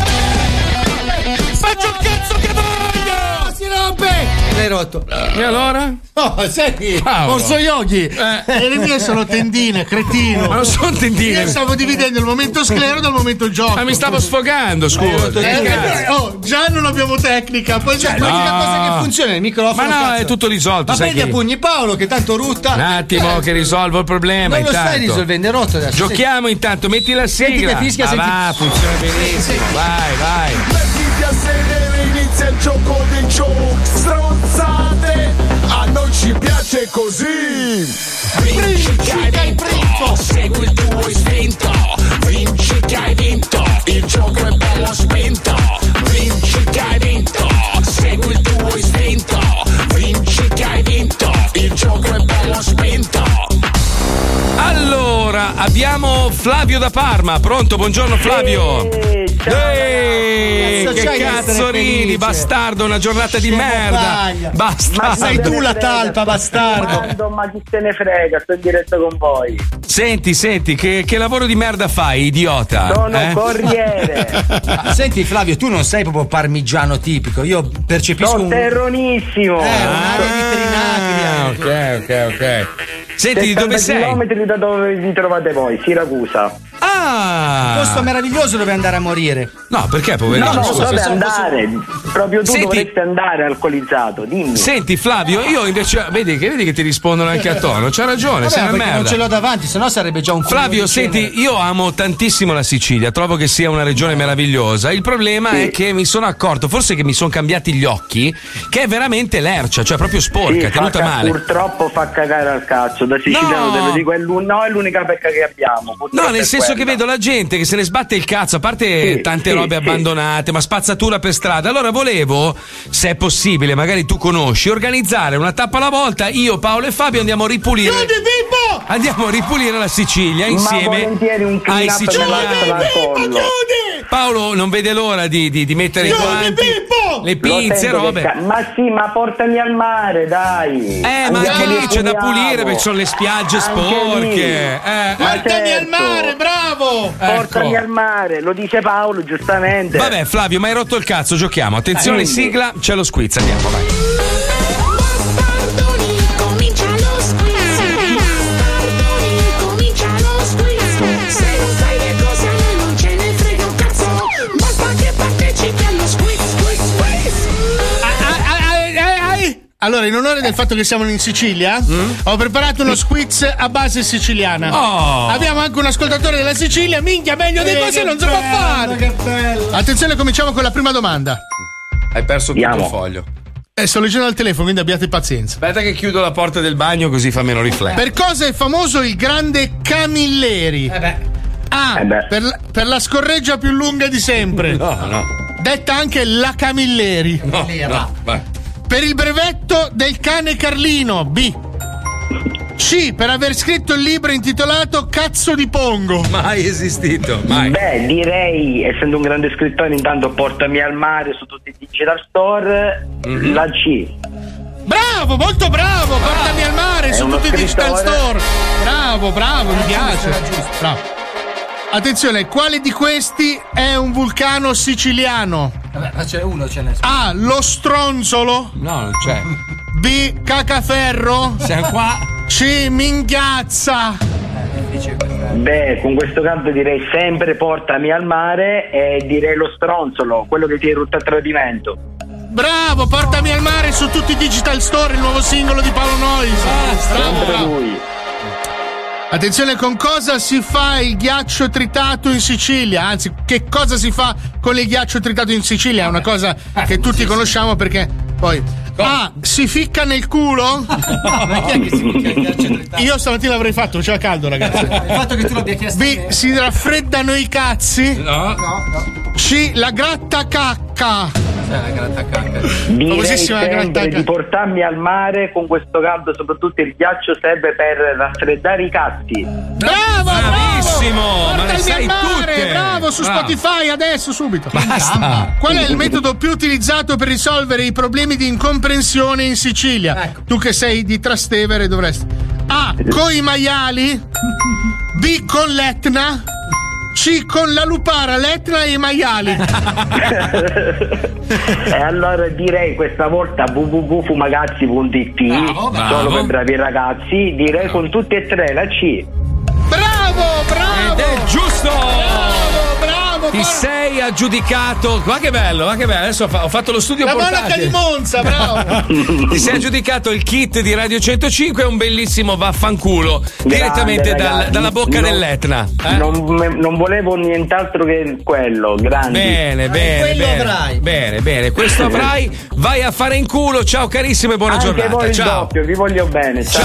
Faccio il cazzo che voglio! Si rompe! Eh, L'hai rotto. E allora? Oh, senti, Paolo. Orso Yogi. E le mie sono tendine, cretino. Ma non sono tendine. Io stavo dividendo il momento sclero dal momento gioco. Ma mi stavo sfogando, scusa. Che Eh, cazzo? oh, già non abbiamo tecnica. Poi c'è Cioè, no. l'unica cosa che funziona è il microfono. Ma no, cazzo. è tutto risolto, Ma sai prendi che- a pugni Paolo, che tanto rutta. Un attimo che risolvo il problema. Eh, Non lo stai intanto. risolvendo, è rotto adesso. Giochiamo intanto, metti la Senti sigla. che fischia, Ah, senti- va, funziona benissimo. Vai, vai. Mettiti a sedere, inizia il gioco del show. Stronzate, a noi ci piace così. Vinci che hai vinto, segui il tuo istinto. Vinci che hai vinto, il gioco è bello spento. Vinci che hai vinto, segui il tuo istinto. Vinci che hai vinto, il gioco è bello spento. Allora, abbiamo Flavio da Parma. Pronto? Buongiorno Flavio. Ehi, ragazzi. che Cazzo, c'hai che cazzo essere ridi, felice. bastardo, una giornata di Scemo merda. paglia. Basta. bastardo. Ma chi se ne frega, sto in diretta con voi. Senti, senti, che, che lavoro di merda fai, idiota? Sono Eh? corriere. Ah, Senti Flavio, tu non sei proprio parmigiano tipico, io percepisco un... Eh, terronissimo. Ah, ok, ok, ok. Senti, di 70 dove sei? Eh, chilometri da dove vi trovate voi, Siracusa. Ah! Un posto meraviglioso dove andare a morire. No, perché No, poverino? no, Scusa, dove sono- andare? Proprio tu Senti- dovresti andare alcolizzato, dimmi. Senti Flavio, io invece vedi che, vedi che ti rispondono anche a tono, c'ha ragione, Vabbè, sei una perché merda. non ce l'ho davanti, sennò sarebbe già un culo cioè, Flavio, di cenere. senti, io amo tantissimo la Sicilia, trovo che sia una regione meravigliosa. Il problema è che mi sono accorto, forse che mi sono cambiati gli occhi, che è veramente lercia, cioè proprio sporca, Sì, fa tenuta ca- male. Purtroppo fa cagare al cazzo, da siciliano No. te lo dico, è l'un- no, è l'unica pecca che abbiamo. No, purtroppo è nel senso quella. che vedo la gente che se ne sbatte il cazzo, a parte Sì, tante sì, robe sì. abbandonate, ma spazzatura per strada. Allora volevo, se è possibile, magari tu conosci, organizzare una tappa alla volta. Io, Paolo e Fabio andiamo a ripulire. Andiamo a ripulire la Sicilia Ma insieme volentieri un ai clean-up me la siciliani. alzo dal collo. Paolo non vede l'ora di, di- di mettere i Chiudi, guanti, le Lo pizze, sento che robe. ca- ma sì, ma portami al mare, dai. Eh, ma anche lì c'è da pulire perché sono le spiagge sporche. Eh, Portami al mare, bravo! certo. Portami Ecco. al mare, lo dice Paolo giustamente. Vabbè, Flavio, ma hai rotto il cazzo, giochiamo. Attenzione, Dai. sigla, c'è lo squiz, andiamo, vai. Comincia lo squizzo. Bastardoni, comincia lo squizzo. Se non sai le cose a noi non ce ne frega un cazzo. Basta che partecipi allo squiz, squiz, squiz. Ah, Allora, in onore del fatto che siamo in Sicilia, Mm? ho preparato uno squiz a base siciliana. Oh. Abbiamo anche un ascoltatore della Sicilia, minchia, meglio di Eh, così che non si può bello, fare. Attenzione, cominciamo con la prima domanda. Hai perso Andiamo. tutto il foglio. Eh, sto leggendo al telefono, quindi abbiate pazienza. Aspetta che chiudo la porta del bagno così fa meno riflesso. Per cosa è famoso il grande Camilleri? A. Eh beh. per, la, per la scorreggia più lunga di sempre. No, no. Detta anche la Camilleri. No, no, vai. Per il brevetto del cane Carlino. B. C. Per aver scritto il libro intitolato Cazzo di Pongo. Mai esistito, mai. Beh, direi, essendo un grande scrittore, intanto portami al mare su tutti i digital store, Mhm. la C. Bravo, molto bravo. Portami al mare È su uno tutti i digital scrittore. store. Bravo, bravo, mi piace. Bravo. Attenzione, quale di questi è un vulcano siciliano? Vabbè, ma c'è uno, ce n'è. A. Lo stronzolo. No, non c'è. B. Cacaferro. Siamo qua. C. Minchiazza. Beh, con questo canto direi sempre portami al mare e direi lo stronzolo, quello che ti è rotto a tradimento. Bravo, portami al mare su tutti i digital store, il nuovo singolo di Paolo Nois. Ah, Bravo, bravo. Attenzione con cosa si fa il ghiaccio tritato in Sicilia, anzi che cosa si fa con il ghiaccio tritato in Sicilia, è una cosa Ah, che tutti conosciamo perché poi... Ah, si ficca nel culo? ma chi è che si ficca il ghiaccio tritato? Io stamattina l'avrei fatto, c'era caldo ragazzi. Il fatto che tu l'abbia chiesto Vi si raffreddano i cazzi? No. C, la gratta cacca. Direi Famosissima sempre grattacacca. di portarmi al mare con questo caldo, soprattutto il ghiaccio serve per raffreddare i cazzi. Bravo, Bravissimo, ma le Portami sai al mare, tutte. Bravo, su Bravo. Spotify adesso, subito. Basta. Qual è il metodo più utilizzato per risolvere i problemi di incomprensione in Sicilia? Ecco. Tu che sei di Trastevere dovresti. A. Con i maiali. B. Con l'Etna. C. Con la lupara, l'Etna e i maiali. e allora direi questa volta www.fumagazzi.it solo bravo. per bravi ragazzi, direi con tutte e tre la C. Bravo, bravo! Ed è giusto! Bravo, bravo! Ti sei aggiudicato. Ma che bello, ma che bello. Adesso fa- ho fatto lo studio La portatile. monaca di Monza, bravo. Ti sei aggiudicato il kit di Radio 105 e un bellissimo vaffanculo direttamente Grande, dal- ragazzi. dalla bocca Non- dell'Etna. eh? Non, non volevo nient'altro che quello, grande. Bene, bene, bene, bene, bene. Questo avrai, vai a fare in culo. Ciao carissimo e buona Anche giornata. voi il ciao. doppio, vi voglio bene. Ciao,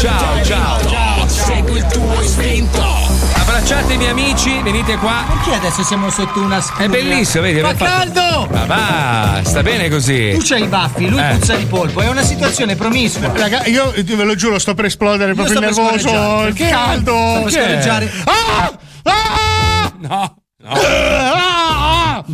ciao, ciao. Segui il tuo istinto. Abbracciate i miei amici, venite qua. Perché adesso siamo sotto una scuola? È bellissimo, vedi, Fa abbiamo fatto- caldo! Ma va, sta bene così. Tu c'hai i baffi, lui Eh. puzza di polpo, è una situazione promiscua. Raga, io eh, ve lo giuro, sto per esplodere proprio sto per nervoso. scorreggiare. Il Perché? caldo. Sto per Perché? scorreggiare. Ah! Ah! No. Ah! Ah!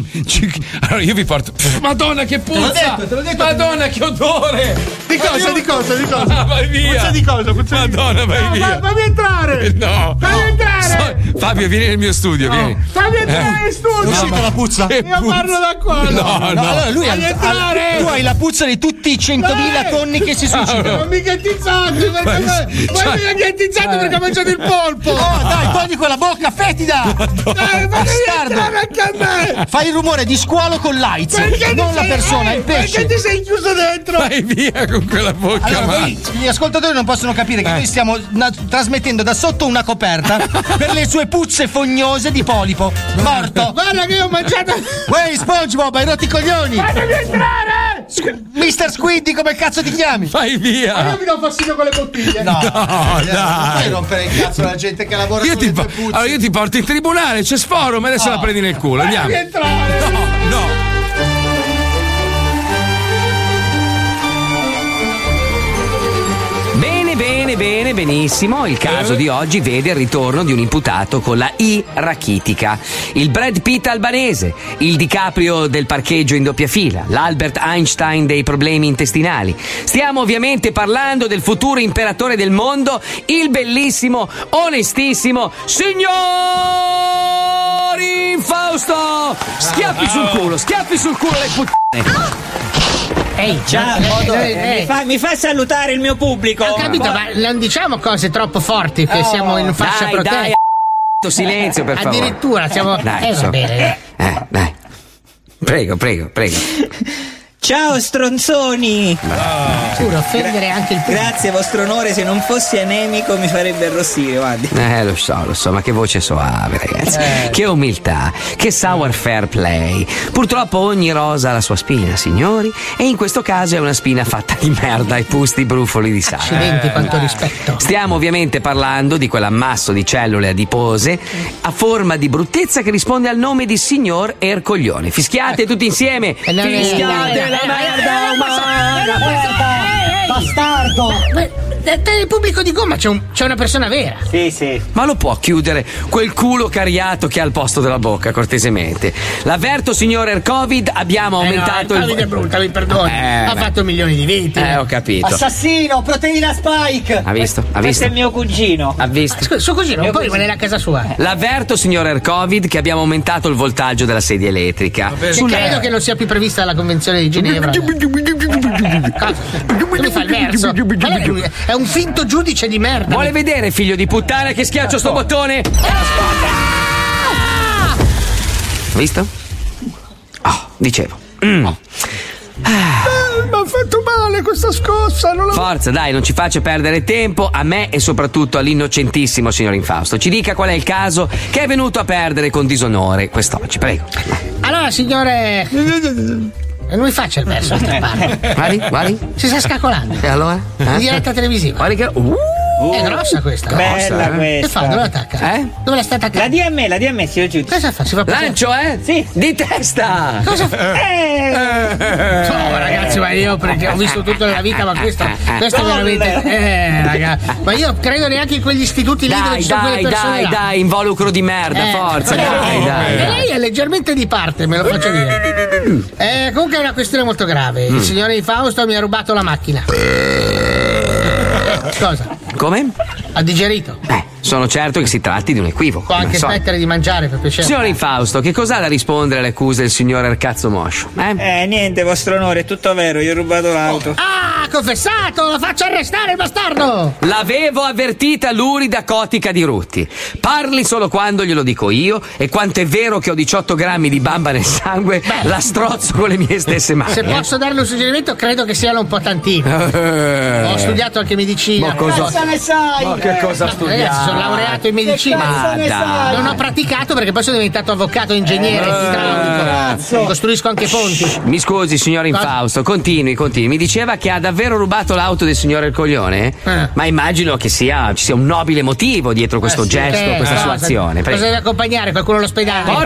Allora io vi porto. Madonna che l'ho puzza! detto, Madonna che odore! Di cosa, di cosa, di cosa? Ah, vai via! Puzza di cosa? Puzza di Eh, Madonna, vai No, via. fa- fammi entrare! No. Fammi entrare! So- Fabio, vieni nel mio studio, vieni. Fammi entrare in studio! No, ma- Che Io parlo da qua! No, no. allora lui ha, Fammi entrare! ha- tu hai la puzza di tutti i 100.000 tonni che si Non suicidano. mi ghettizzato! Ma- cioè, Poi mi ha ghettizzato perché ho mangiato il polpo! Oh, Eh. dai, togli quella bocca, fetida! Dai, Eh, ma devi entrare anche a me! Fai il rumore di squalo con l'AIDS, Perché ti non la sei- persona, eh, il pesce. Perché ti sei chiuso dentro? Vai via con quella bocca. Allora, ma- voi, gli ascoltatori non possono capire Eh. che noi stiamo na- trasmettendo da sotto una coperta per le sue puzze fognose di polipo morto. Guarda che ho mangiato. Uè, SpongeBob, hai rotto i coglioni. Fatemi entrare! Mister Squiddy, come cazzo ti chiami? Vai via! Ma io mi do fastidio con le bottiglie! No, No, non dai. puoi rompere il cazzo alla gente che lavora Io sulle ti, tue po- puzze. allora io ti porto in tribunale, c'è sforum, adesso la prendi nel culo. Andiamo. Fammi entrare! No, Bene, bene, bene, benissimo. Il caso di oggi vede il ritorno di un imputato con la I rachitica. Il Brad Pitt albanese, il DiCaprio del parcheggio in doppia fila, l'Albert Einstein dei problemi intestinali. Stiamo ovviamente parlando del futuro imperatore del mondo, il bellissimo, onestissimo signor Infausto! Schiaffi sul culo, schiaffi sul culo le puttane! Ehi, ciao, eh, eh, mi, eh. fa, mi fa salutare il mio pubblico. Ho capito, ma non diciamo cose troppo forti che Oh, siamo in fascia dai, protetta. dai, silenzio, per favore. Addirittura siamo. Dai, eh, va so- bene. dai. Eh, dai. Prego, prego, prego. Ciao stronzoni! Pure offendere anche il pubblico. Grazie, vostro onore, se non fossi anemico mi farebbe arrossire, guardi. Eh, lo so, lo so, ma che voce soave, ragazzi. Eh. Che umiltà, che sour fair play. Purtroppo ogni rosa ha la sua spina, signori, e in questo caso è una spina fatta di merda e pusti brufoli di sale. Accidenti, quanto rispetto. Stiamo ovviamente parlando di quell'ammasso di cellule adipose a forma di bruttezza che risponde al nome di signor Ercoglione. Fischiate Ecco. tutti insieme! no, no, no, Fischiate no, no, la no, merda no, no, umana! Bastardo! Nel pubblico di gomma c'è, un- c'è una persona vera. Sì, sì. Ma lo può chiudere quel culo cariato che ha al posto della bocca, cortesemente. L'avverto, signore Ercovid, abbiamo Eh no, aumentato il Covid è brutto, mi perdoni. Eh, ha beh. fatto milioni di vite. Eh, ho capito. Assassino, proteina Spike. Ha visto? Ha visto? mio cugino. Ha visto? Scusa, suo cugino non può rimanere a casa Eh, sua. L'avverto, signor Ercovid, che abbiamo aumentato il voltaggio della sedia elettrica. Che Sulla- credo che non sia più prevista dalla Convenzione di Ginevra. Cosa? Non mi fa il verso. Ma lei è un- è un finto giudice di merda. Vuole vedere, figlio di puttana, che schiaccio sto bottone? Visto? Oh, dicevo. Ah, Mm. mi ha fatto male questa scossa, non la Forza, dai, non ci faccia perdere tempo a me e soprattutto all'innocentissimo signor Infausto. Ci dica qual è il caso che è venuto a perdere con disonore quest'oggi, prego. Allora, signore. Non mi faccia il verso, d'altra parte. Guardi, guardi. Si sta Eh? scacolando. E allora? Eh? In diretta televisiva. Guardi che. Uh! è grossa questa. Bella questa. Che fa? Dove l'attacca? Eh? Dove la sta attaccando? La DM, la DM, si lo giudica. Cosa fa? Si fa prendere- Lancio, eh? Sì. Di testa! Cosa fa? Eh. No, Eh. Oh, ragazzi, ma io perché ho visto tutta la vita, ma questo, questo è veramente. Eh, ragazzi. Ma io credo neanche in quegli istituti lì dove Dai, ci sono dai, quelle persone. dai, là. dai, involucro di merda, Eh. forza, Eh. dai, dai. E lei è leggermente di parte, me lo faccio dire. Eh, comunque è una questione molto grave. Mm. Il signore di Fausto mi ha rubato la macchina. eh. Cosa? Come? Ha digerito. Beh, sono certo che si tratti di un equivoco. Può anche ma so- smettere di mangiare per piacere. Signor Infausto, che cos'ha da rispondere alle accuse del signor Ercazzo Moscio? Eh, Oh. niente, vostro onore, è tutto vero, io ho rubato l'auto. Ah, ha confessato! Lo faccio arrestare il bastardo! L'avevo avvertita l'urida cotica di Rutti. Parli solo quando glielo dico io e quanto è vero che ho 18 grammi di bamba nel sangue, la strozzo con le mie stesse mani. Se eh. posso darle un suggerimento, credo che siano un po' tantini. Eh. Ho studiato anche medicina. Ma cosa- Cazzo ne sai? Ma che cosa ha Ma studiato? Ragazzi, sono laureato in medicina. Che cazzo ne Ma sai? Non ho praticato perché poi sono diventato avvocato, ingegnere, Eh. idraulico. Costruisco anche ponti. Mi scusi, signor Infausto, continui, continui. Mi diceva che ha davvero rubato l'auto del signore El Coglione? Ma immagino che sia, ci sia un nobile motivo dietro questo Eh, sì, gesto, che questa sua cosa- azione. Cosa Prego. deve accompagnare? Qualcuno all'ospedale?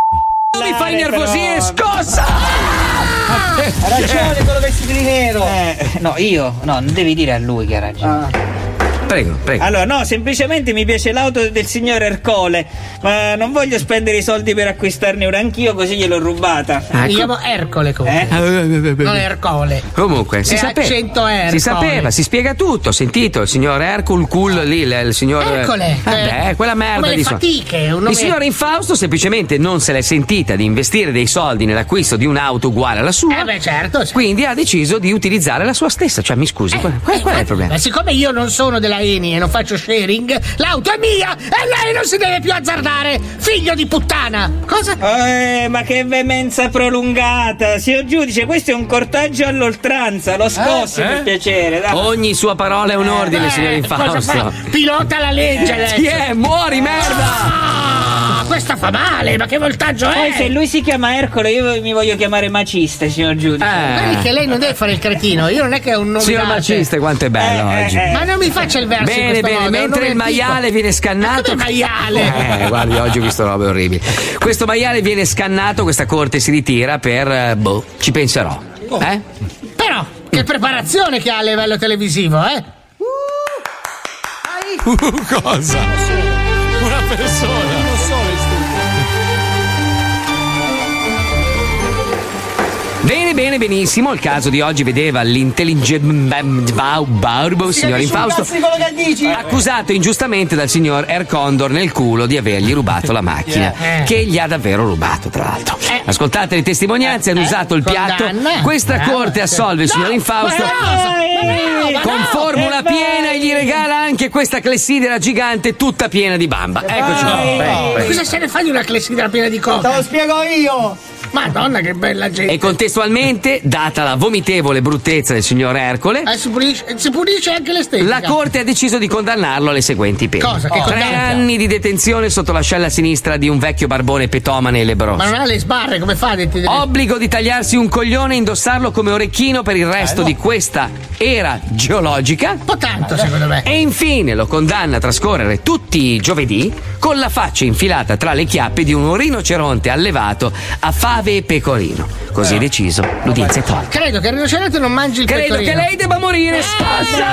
mi fai innervosire, scossa! Ha Ah. ragione quello vestito di nero. Eh, no, io, no, non devi dire a lui che ha ragione. Ah. Prego, prego. Allora, no, semplicemente mi piace l'auto del signor Ercole, ma non voglio spendere i soldi per acquistarne una anch'io, così gliel'ho rubata. Mi chiamo Ercole comunque. Eh? Non Ercole. Comunque, si E sapeva, Eh, accento Ercole. si sapeva, si spiega tutto. Ho sentito il signor Hercul Cool lì, il, il signor. Ercole. Eh, beh, quella merda Come di le so- fatiche, un nome- Il signor Infausto semplicemente non se l'è sentita di investire dei soldi nell'acquisto di un'auto uguale alla sua. Eh beh, certo. Eh, Quindi ha deciso di utilizzare la sua stessa. Cioè, mi scusi, qual, qual- qual è il problema? Ma siccome io non sono della Eni e non faccio sharing, l'auto è mia e lei non si deve più azzardare, figlio di puttana! Cosa? Eh, ma che vemenza prolungata! Signor giudice, questo è un cortaggio all'oltranza, lo scossi Eh? per piacere, dai. Ogni sua parola è un ordine, signor cosa fa? Infausto. Pilota la legge adesso! Chi è? Muori, merda! Ah, questa fa male, ma che voltaggio è? Poi se lui si chiama Ercole, io mi voglio chiamare Maciste, signor giudice. Guardi che lei non deve fare il cretino, io non è che è un nome Eh. Signor d'arte. Maciste, quanto è bello Eh, oggi. eh, Ma non mi faccia il verso in Bene, questo bene, modo, è un mentre nome il antico. maiale viene scannato. Ma come maiale? Eh, guardi, oggi ho visto robe orribili. Questo maiale viene scannato, questa corte si ritira per. eh, Boh, ci penserò. Eh? Però, che preparazione che ha a livello televisivo, eh? Uh, cosa? Una persona. Uno solo in Bene, bene, benissimo. Il caso di oggi vedeva l'intelligente Barbo, signor Infausto, accusato ingiustamente dal signor Air Condor nel culo di avergli rubato la macchina, Eh, Yeah. che gli ha davvero rubato, tra l'altro. Ascoltate le testimonianze, Eh, hanno usato il piatto. condanna. Questa Bravo, corte assolve il signor Infausto. Con eh, formula piena e gli regala anche questa clessidera gigante tutta piena di bamba. Eccoci. Prego, Ma prego. Eh, cosa se ne fa di una clessidra piena di coca? Te lo spiego io! Madonna, che bella gente! E contestualmente, data la vomitevole bruttezza del signor Ercole, Eh, si, pulisce, si pulisce anche l'estetica. La Corte ha deciso di condannarlo alle seguenti pene. diciamo. Cosa? Che Tre condanna? anni di detenzione sotto l'ascella sinistra di un vecchio barbone petomane e lebroso. Ma non ha le sbarre, come fa a dirti di- Obbligo di tagliarsi un coglione e indossarlo come orecchino per il Eh, resto di questa era geologica. Un po' tanto, secondo me. E infine lo condanna a trascorrere tutti i giovedì con la faccia infilata tra le chiappe di un rinoceronte allevato a fave e pecorino. Così deciso, l'udienza è tolta. Credo che il rinoceronte non mangi il Eh! Credo pecorino. che lei debba morire, scossa!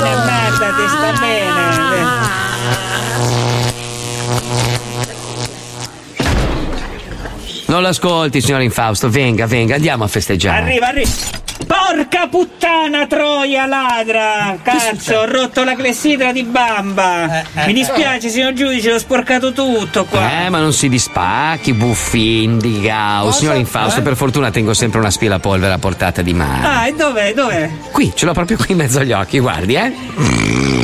Merda, ti sta bene. Non l'ascolti, signor Infausto. Venga, venga, andiamo a festeggiare. Arriva, arriva. Porca puttana, troia ladra! Cazzo, ho rotto la clessidra di bamba! Mi dispiace, signor giudice, l'ho sporcato tutto qua. Eh, ma non si dispacchi, buffi, Oh, indigao. Signor Infausto, per fortuna tengo sempre una aspirapolvere a portata di mano. Ah, e dov'è? Dov'è? Qui, ce l'ho proprio qui in mezzo agli occhi, guardi, eh.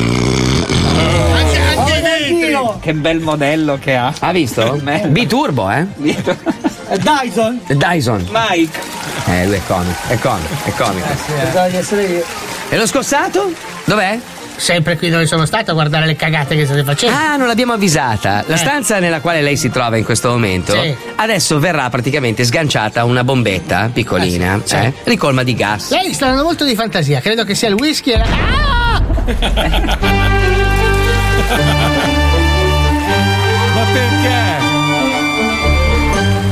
Che bel modello che ha. Ha visto? B-Turbo, eh? Dyson? Dyson. Mike. Eh, lui è comico, è comico, è Eh, comico. Pensavo di essere io. E lo scossato? Dov'è? Sempre qui dove sono stato a guardare le cagate che state facendo. Ah, non l'abbiamo avvisata. Eh. La stanza nella quale lei si trova in questo momento, Sì. adesso verrà praticamente sganciata una bombetta piccolina, Ah, eh, ricolma di gas. Lei sta andando molto di fantasia, credo che sia il whisky e la. Ah! Ma perché?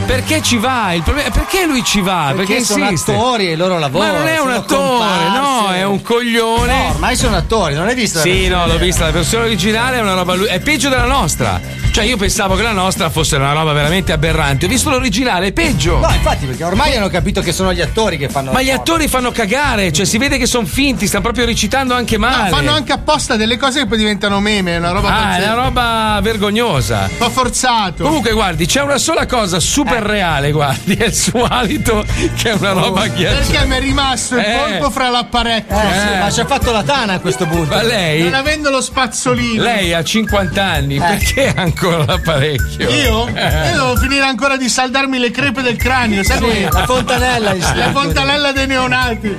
Perché ci va? Il problema- perché lui ci va? Perché, Perché sono insiste? attori e loro lavorano, Ma non è un sono attore, no, comparse. è un coglione. No, ormai sono attori, non l'hai visto? la Sì, versione no, l'ho vera? vista. La versione originale è una roba. È peggio della nostra. Cioè, io pensavo che la nostra fosse una roba veramente aberrante. Ho visto l'originale, è peggio. No, infatti, perché ormai hanno capito che sono gli attori che fanno. Ma gli attori fanno cagare, cioè si vede che sono finti, stanno proprio recitando anche male. Fanno anche apposta delle cose che poi diventano meme, è una roba Ah, è pazzesca. una roba vergognosa. Un po' forzato. Comunque, guardi, c'è una sola cosa super Eh. reale, guardi, è il suo alito, che è una roba agghiacciante. Oh, Perché mi è rimasto il Eh. colpo fra l'apparecchio? Eh, sì, ma ci ha fatto la tana a questo punto. Ma lei- Non avendo lo spazzolino. Lei ha 50 anni, perché ha ancora l'apparecchio? Io? Eh. Io devo finire ancora di saldarmi le crepe del cranio, sai Sì, come? la fontanella, La insomma. fontanella dei neonati.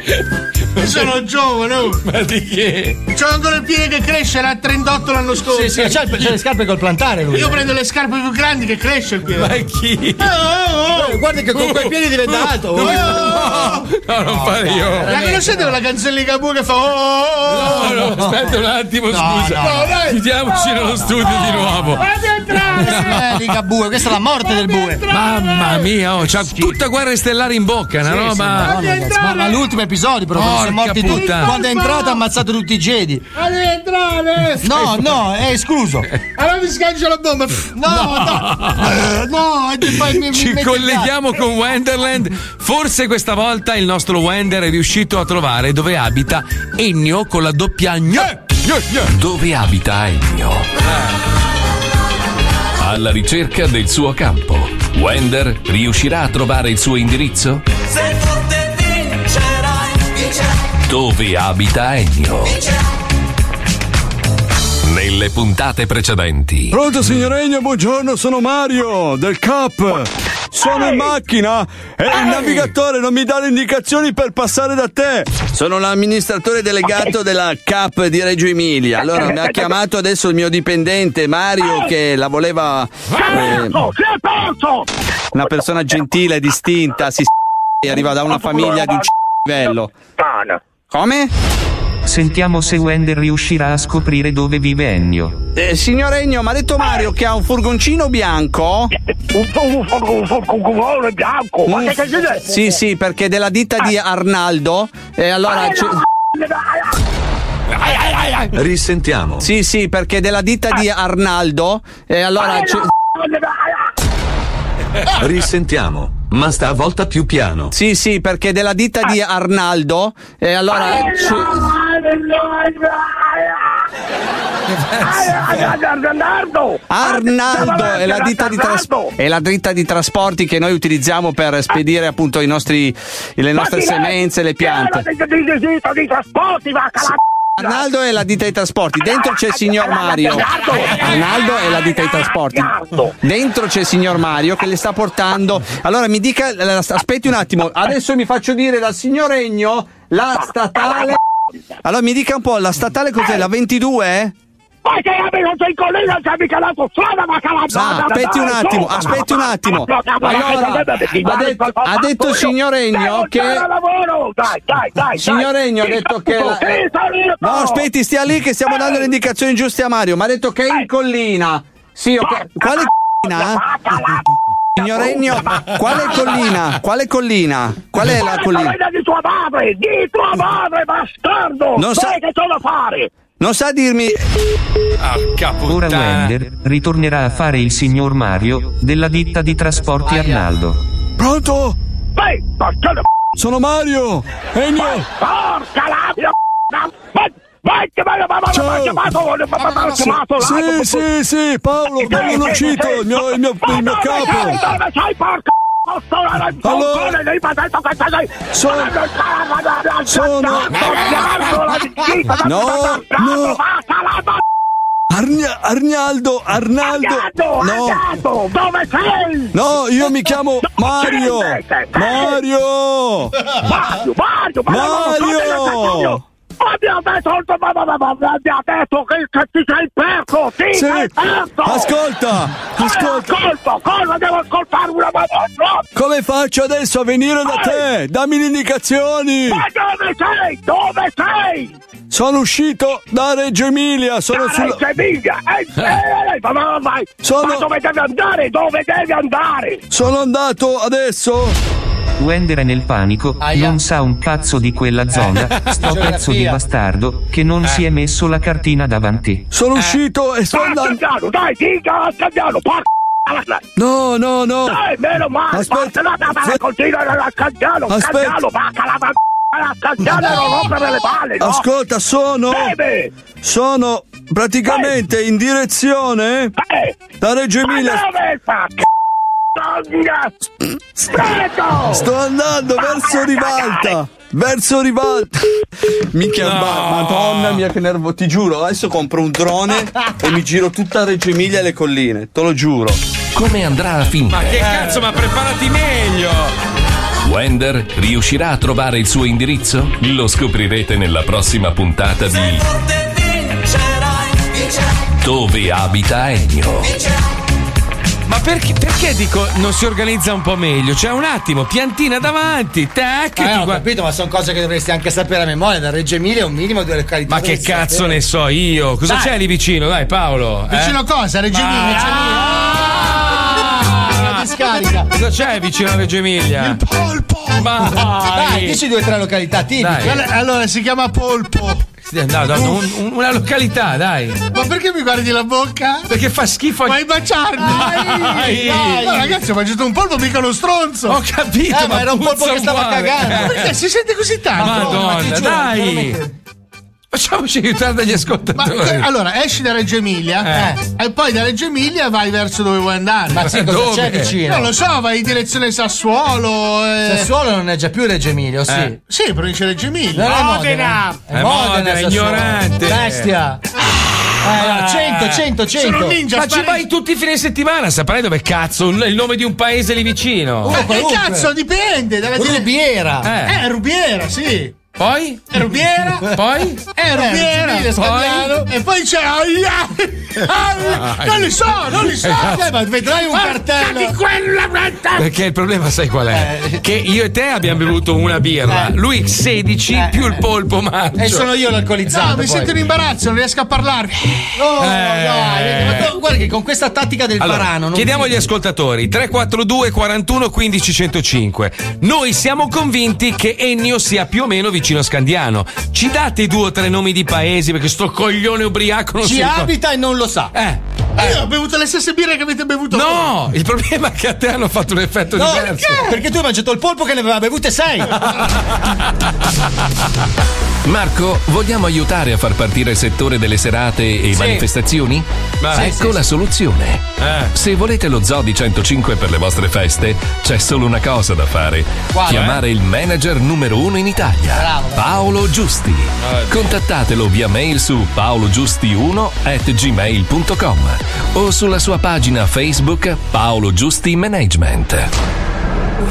Io sono giovane. oh. Ma di che? C'ho ancora il piede che cresce, era a 38 l'anno scorso. Sì, sì, c'ha il- c'ha le scarpe col plantare lui. Io prendo le scarpe più grandi che cresce il piede. Ma chi? Guarda che con quei piedi diventa alto. No, no, non fare io. La conoscete quella canzone di Gabù che fa oh, oh, oh? No, no, aspetta un attimo, scusa. no, no. Dai, Ah, Chiudiamoci nello studio di nuovo. Eh, Liga Bue, questa è la morte del bue. Mamma mia, oh, c'ha tutta guerra stellare in bocca, una Sì, sì, madonna, roba. ragazzi, ma, ma l'ultimo episodio, però, quando sono Porca morti tutti. puttana. Quando è entrato ha ammazzato tutti i Jedi. Voglio entrare! Eh, No, no, è escluso. Allora mi sgancio la bomba. No, no, no, e poi mi, mi Ci mette il colleghiamo con Wenderland. Forse questa volta il nostro Wender è riuscito a trovare dove abita Ennio con la doppia gne. Gne, gne. Dove abita Ennio? Alla ricerca del suo campo, Wender riuscirà a trovare il suo indirizzo? Se forte vincerai, vincerai, Dove abita Ennio? vincerai. Nelle puntate precedenti. Pronto signor Regno, buongiorno, sono Mario del CAP. Sono in macchina e il navigatore non mi dà le indicazioni per passare da te. Sono l'amministratore delegato della CAP di Reggio Emilia. Allora mi ha chiamato adesso il mio dipendente Mario che la voleva eh, una persona gentile, distinta, si s- e arriva da una famiglia di un c- livello. Come? Sentiamo se Wender riuscirà a scoprire dove vive Ennio. Eh, signor Regno, mi ha detto Mario che ha un furgoncino bianco. Un, furgoncino bianco? ma che cazzo è? Sì, sì, perché è della ditta di Arnaldo. E allora. c'è- Risentiamo. Sì, sì, perché è della ditta di Arnaldo. E Ah, allora. c'è- Risentiamo. Ma stavolta più piano. Sì, sì, perché è della ditta di Arnaldo. E allora. Ah, c'è- Arnaldo! Arnaldo è la, ditta di tras- è la ditta di trasporti che noi utilizzaamo per spedire appunto i nostri, le nostre semenze, le piante. di trasporti, va a Arnaldo è la ditta dei trasporti, dentro c'è il signor Mario. Arnaldo è la ditta dei trasporti. Dentro c'è il signor Mario che le sta portando. Allora mi dica, aspetti un attimo, adesso mi faccio dire dal signor Regno la statale. Allora mi dica un po', la statale cos'è? La eh? 22? Ma che io non sei con lei, non c'è mica la tua strada, ma che la Ah, aspetti un attimo, aspetti un attimo. Allora, ha detto, ha detto il signor Regno che. Dai, dai, dai. Signor dai. Regno ha Sì, detto che. la- sì, sì, No, aspetti, stia lì che stiamo dando le indicazioni giuste a Mario. Ma ha detto che è in collina. Sì, ok. Quale collina? Signor Regno, quale collina? Quale collina? Qual è la collina? di tua madre, di tua madre, bastardo! Non sa- Sai che cosa fare? Non sa dirmi. Ora Wender ritornerà a fare il signor Mario della ditta di trasporti Arnaldo. Pronto? Vai, porca la Sono Mario! Ennio! Porca la Vai, vai, che vai, vai, vai, vai, che vai, vai, vai, vai, vai, che Sì, vai, vai, vai, sì, sì, sì, Paolo, Paolo Lucito, il mio, il mio, il mio capo! Dove sei, porca allora, sono, sono, No, no. Arna- Arnaldo, Arnaldo. Arnaldo, Arnaldo, dove sei? No, io mi chiamo Mario. sei, sei, sei. Mario. Mario, Mario, Mario. Abbiamo detto, ma- ma- ma- ma- ma- abbiamo detto che, che ti sei perso, sì, Sì. sei perso! Ascolta, ascolta. Ascolta, cosa devo ascoltare una madonna? Come faccio adesso a venire da te? Dammi le indicazioni. Ma dove sei? Dove sei? Sono uscito da Reggio Emilia. Sono Da sulla... Reggio Emilia, eh, eh, eh, ma- ma- ma- Ma dove devi andare? Dove devi andare? Sono andato adesso. Wender è nel panico, non sa un cazzo di quella zona, sto Geografia. pezzo di bastardo, che non si è messo la cartina davanti. Sono uscito e sono andato. Eh. dai, dica al cambiano, porca la- No, no, no. Dai, meno male. Basta, Aspetta. no, no, no, continua al cambiano, Aspetta. cambiano, vacca la ma- la cambiano, non rompere le palle, no? Ascolta, sono. Bebe. Sono praticamente in direzione da Reggio Ma Emilia. dove fa? Prego! Sto andando verso ribalta. Verso ribalta. Minchia, ma- madonna mia che nervo. Ti giuro, adesso compro un drone e mi giro tutta Reggio Emilia e le colline. Te lo giuro. Come andrà a finire? Ma che cazzo, ma preparati meglio! Wender riuscirà a trovare il suo indirizzo? Lo scoprirete nella prossima puntata di Dove abita Ennio. Ma perché, perché dico non si organizza un po' meglio? Cioè, un attimo, piantina davanti, tac. ti Eh, ho guarda- capito, ma sono cose che dovresti anche sapere a memoria. Da Reggio Emilia un minimo due località. Ma che dovresti cazzo sapere. ne so io? Cosa Dai. c'è lì vicino? Dai, Paolo. eh? Vicino a cosa? Reggio Emilia? c'è lì? Una discarica. Cosa c'è vicino a Reggio Emilia? Il polpo! Ma Dai, dici due o tre località tipiche. Allora, allora, si chiama polpo. No, no, no, un- un- una località, dai. Ma perché mi guardi la bocca? Perché fa schifo. Vuoi baciarmi? Dai, dai. No, ragazzi, ho mangiato un polpo, mica lo stronzo. Ho capito, Eh, ma ma era un polpo puzza che stava uguale. cagando. Eh. Perché si sente così tanto? Madonna, dai. Facciamoci aiutare dagli Ma, ascoltatori. eh, allora, esci da Reggio Emilia Eh. e poi da Reggio Emilia vai verso dove vuoi andare. Ma sì, cosa c'è Dove? vicino? Non lo so, vai in direzione Sassuolo. eh. Sassuolo non è già più Reggio Emilia, o sì. Eh. Sì, provincia di Reggio Emilia. Non è Eh, È Modena, Sassuolo. Bestia. Eh, no, 100, 100, 100. Ah. Ma ci vai tutti i fine settimana, saprai dove cazzo il nome di un paese lì Oh, vicino. Ma che Eh, cazzo dipende? Dalla dire- Eh. Eh, Rubiera, sì. Poi? È Rubiera. Poi? Eh, È Reggio Rubiera. Emilia, Scagliano. E poi c'è. Aia! Aia! Non li so, non li so. Esatto. Eh, ma vedrai un cartello. di quella Perché il problema sai qual Eh. è? Che io e te abbiamo bevuto una birra, lui 16 più il polpo maggio. Eh. E sono io l'alcolizzato, No, mi poi. sento in imbarazzo, non riesco a parlarvi. No, Eh. dai, ma tu- guarda che con questa tattica del Allora, Varano non chiediamo agli ascoltatori 342 41 15 105 noi siamo convinti che Ennio sia più o meno vicino a Scandiano ci date due o tre nomi di paesi perché sto coglione ubriaco non ci si ricorda- abita e non lo sa. Eh. Io ho bevuto le stesse birre che avete bevuto voi. no il problema è che a te hanno fatto un effetto No, diverso perché tu hai mangiato il polpo che ne aveva bevute 6. Marco, vogliamo aiutare a far partire il settore delle serate e Sì. manifestazioni? Ma- ecco Sì, sì, la soluzione. Se volete lo Zoo di 105 per le vostre feste, c'è solo una cosa da fare: Quale? chiamare il manager numero uno in Italia, Paolo Giusti. Contattatelo via mail su paologiusti1 at gmail.com o sulla sua pagina Facebook Paolo Giusti Management.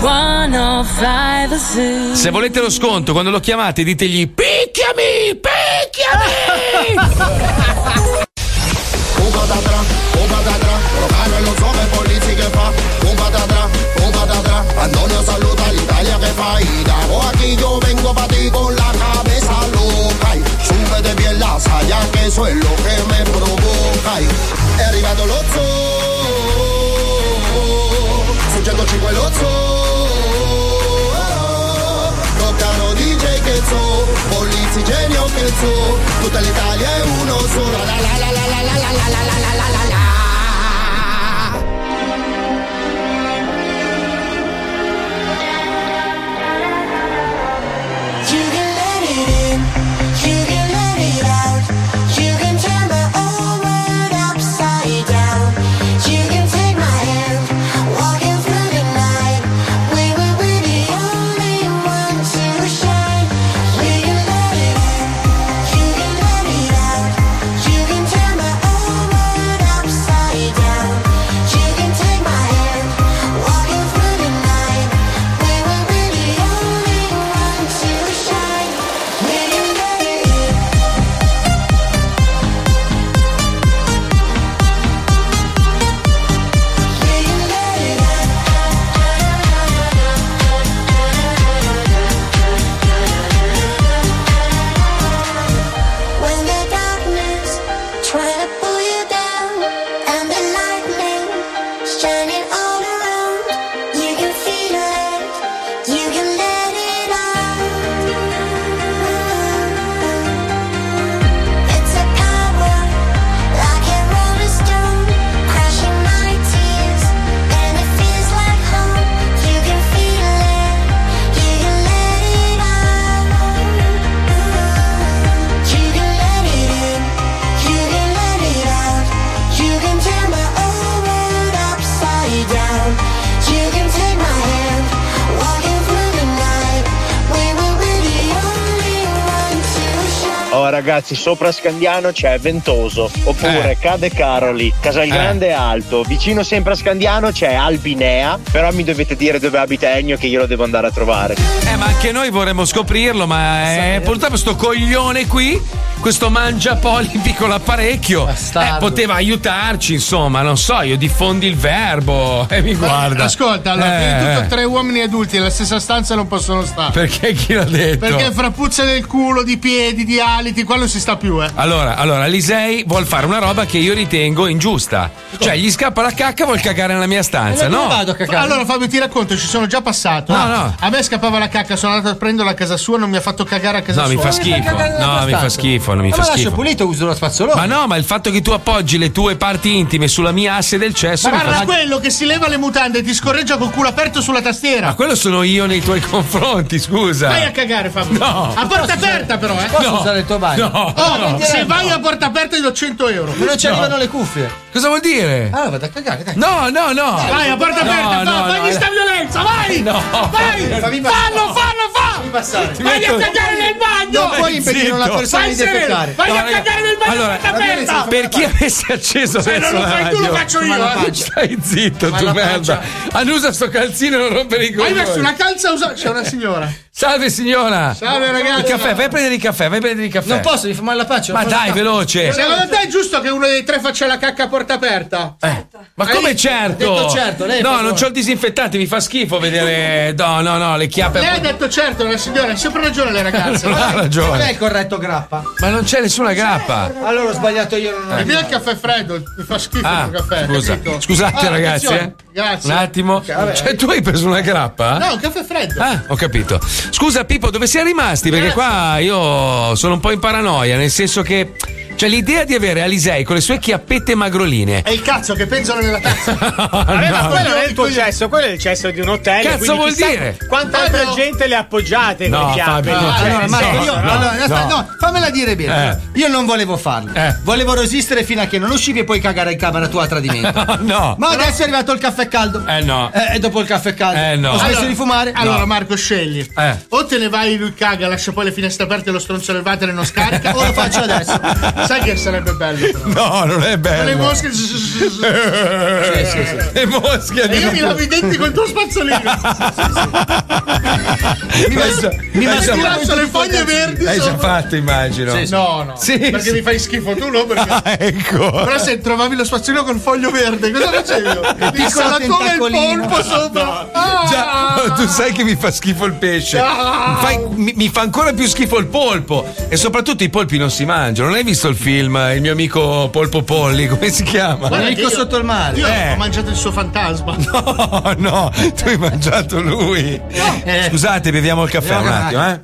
105 Zoo. se volete lo sconto quando lo chiamate ditegli Picchiami, picchiami! Antonio saluda a Italia que faída. O aquí yo vengo para ti con la cabeza loca. Y súbete bien la saya, que eso es lo que me provoca. Y è arrivato lo zoo. Su 105 lo zoo. Toccano DJ che so, polizzi genio che so. Tutta l'Italia è uno solo. La la la la la la la la la la la la la. You can let it in, you can let it out. You can turn my old world upside down. You can take my hand, walking through the night. We will be the only one to shine. You can let it in, you can let it out. You can turn my old No, Oh, ragazzi, sopra Scandiano c'è Ventoso, oppure Eh. Cade Caroli, Casalgrande è Alto, vicino sempre a Scandiano c'è Albinea, però mi dovete dire dove abita Ennio che io lo devo andare a trovare. Eh, ma anche noi vorremmo scoprirlo, ma eh, purtroppo sto coglione qui, questo mangiapolipi con l'apparecchio, eh, poteva aiutarci, insomma, non so, io diffondi il verbo e mi guarda. Ascolta, allora, Eh, prima di eh. tutto tre uomini adulti nella stessa stanza non possono stare. Perché chi l'ha detto? Perché fra puzza del culo, di piedi, di aliti, qua non si sta più, eh. Allora, allora, Lisei vuol fare una roba che io ritengo ingiusta. Cioè, gli scappa la cacca, vuol cagare nella mia Eh, stanza, Eh, no? Allora Fabio ti racconto, ci sono già passato. No, Ah, no. A me scappava la cacca, sono andato a prenderla a casa sua, non mi ha fatto cagare a casa No, sua. mi Eh, fa schifo. No, mi fa schifo, non mi fa schifo. pulito, uso la spazzolona. Ma no, ma il fatto che tu appoggi le tue parti intime sulla mia asse del cesso. Ma mi fa guarda schifo. quello che si leva le mutande e ti scorreggia col culo aperto sulla tastiera. Ma quello sono io nei tuoi confronti, scusa. Vai a cagare, Fabio. No. A porta aperta, però, eh. Posso No. usare il tuo bagno? No. Oh, No. se vai a porta aperta, ti do 100 euro. Ma non ci No. arrivano le cuffie. Cosa vuol dire? Ah, vado a cagare, dai. No, no, no. Vai a porta Ah. No, aperta, no, va, no, fagli no. sta violenza, vai! No. Vai! Fammi fallo, passare. fallo, fallo! Ti Vai metto- a cagare nel bagno! No, vai zitto. Vai sereno, Vai No, a raga, cagare nel bagno a allora, porta aperta! Per chi avesse acceso Se adesso non lo la fai tu, lo radio- faccio io, Ma eh. Stai zitto, Ma tu la merda. Annusa sto calzino e non rompere i Hai coglioni. messo una calza usata. C'è una signora. Salve signora. Salve, ragazzi. Il caffè, vai a prendere il caffè, vai a prendere il caffè. Non posso, mi fa male la faccia. Ma dai, veloce. Secondo te è giusto che uno dei tre faccia la cacca a porta aperta? Ma Hai come visto? certo? Ha detto certo, lei, no, per non favore. c'ho il disinfettante, mi fa schifo vedere. No, no, no, le chiappe. Lei ha detto certo, la signora ha sempre ragione le ragazze. Non ha ragione. Non Non è è corretto grappa. Ma non c'è nessuna grappa. Allora ho sbagliato io. Non ho Mi dia il caffè freddo, mi fa schifo Ah, il caffè. scusa. capito? Scusate, Ah, ragazzi. attenzione, eh. Grazie. Un attimo. vabbè. Cioè, tu hai preso una grappa? No, un caffè freddo. Ah, ho capito. Scusa, Pippo, dove siamo rimasti? Perché qua io sono un po' in paranoia, nel senso che. Cioè, l'idea di avere Alisei con le sue chiappette magroline. È il cazzo che pensano nella tazza. Vabbè, ma no. quello non è il tuo cesso, quello è il cesso di un hotel. Cazzo quindi vuol chissà dire? Ah, Quanta Fabio- altra gente le ha appoggiate con No, le chiappe? Fabio, no. Cioè, Allora, nel Marco, senso, io- no? allora, Allora, aspetta, No. Eh. no, fammela dire bene. Io non volevo farlo. Volevo resistere fino a che non uscivi e poi cagare in camera tua a tradimento. no. Ma adesso è arrivato il caffè caldo. Eh no. Eh, e dopo il caffè caldo. Eh, no. Eh. Ho smesso Allora- di fumare. Allora, Marco, scegli. O te ne vai, lui caga, lascia poi le finestre aperte e lo stronzo del water e non scarica, o lo faccio adesso. Sai che sarebbe bello, però. Eh, No, Eh, non è bello. Con le mosche. Eh, Le mosche. E io mi lavo i denti col tuo spazzolino. Mi Mi lascio le foglie verdi. Hai già sopra. fatto, immagino. No, no. eh, Sì, perché sì. mi fai schifo tu, no? Perché... Ah, ecco. Però se trovavi lo spazzolino col foglio verde, cosa facevi io? Il Dico piccolo la tua e il tentacolino. polpo sopra. Ah! Già, no, tu sai che mi fa schifo il pesce. Ah! Mi fai- mi, mi fa ancora più schifo il polpo. E soprattutto i polpi non si mangiano. Non hai visto il film Il mio amico Polpo Polli? Come si chiama? Guarda che io- Io Eh, ho mangiato il suo fantasma. no, Oh, no, tu hai mangiato lui. Eh. Eh. Scusate, beviamo il caffè un Beviamo il attimo, eh.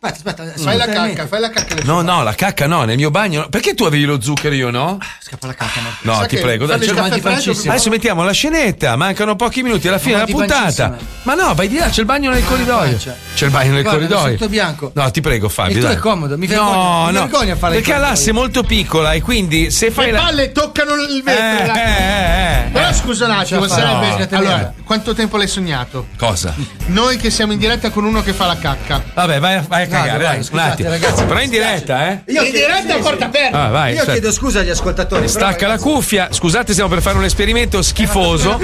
Aspetta, Mm. adesso fai la cacca, fai la cacca. No, no, la cacca no, nel mio bagno. no. Perché tu avevi lo zucchero io no? Scappa Ah, la cacca, Marco. No, Sa ti che prego, fanno dai, c'è il caffè il bagno freddo, fancissimo. Adesso mettiamo la scenetta, mancano pochi minuti alla fine della Avanti, puntata. Ma no, vai di là, c'è il bagno nel corridoio. C'è il bagno nel Eh, Guarda, mi corridoio. sento bianco. No, ti prego, Fabio. Il tuo dai. è comodo, mi vergogno, no, mi no, vergogno a fare il Perché ha l'asse molto piccola e quindi se fai Le la. palle toccano il vetro. Eh, là. eh, eh, Però eh. scusa un attimo, No. sarebbe. No. Allora, quanto tempo l'hai sognato? Cosa? Noi che siamo in diretta con uno che fa la cacca. Vabbè, vai, vai a cagare, vai, dai, scusate, un attimo. ragazzi, Però in diretta, eh? Io in diretta a porta aperta. Ah, vai, Io aspetta. chiedo scusa agli ascoltatori. però Stacca la cuffia. Scusate, stiamo per fare un esperimento schifoso.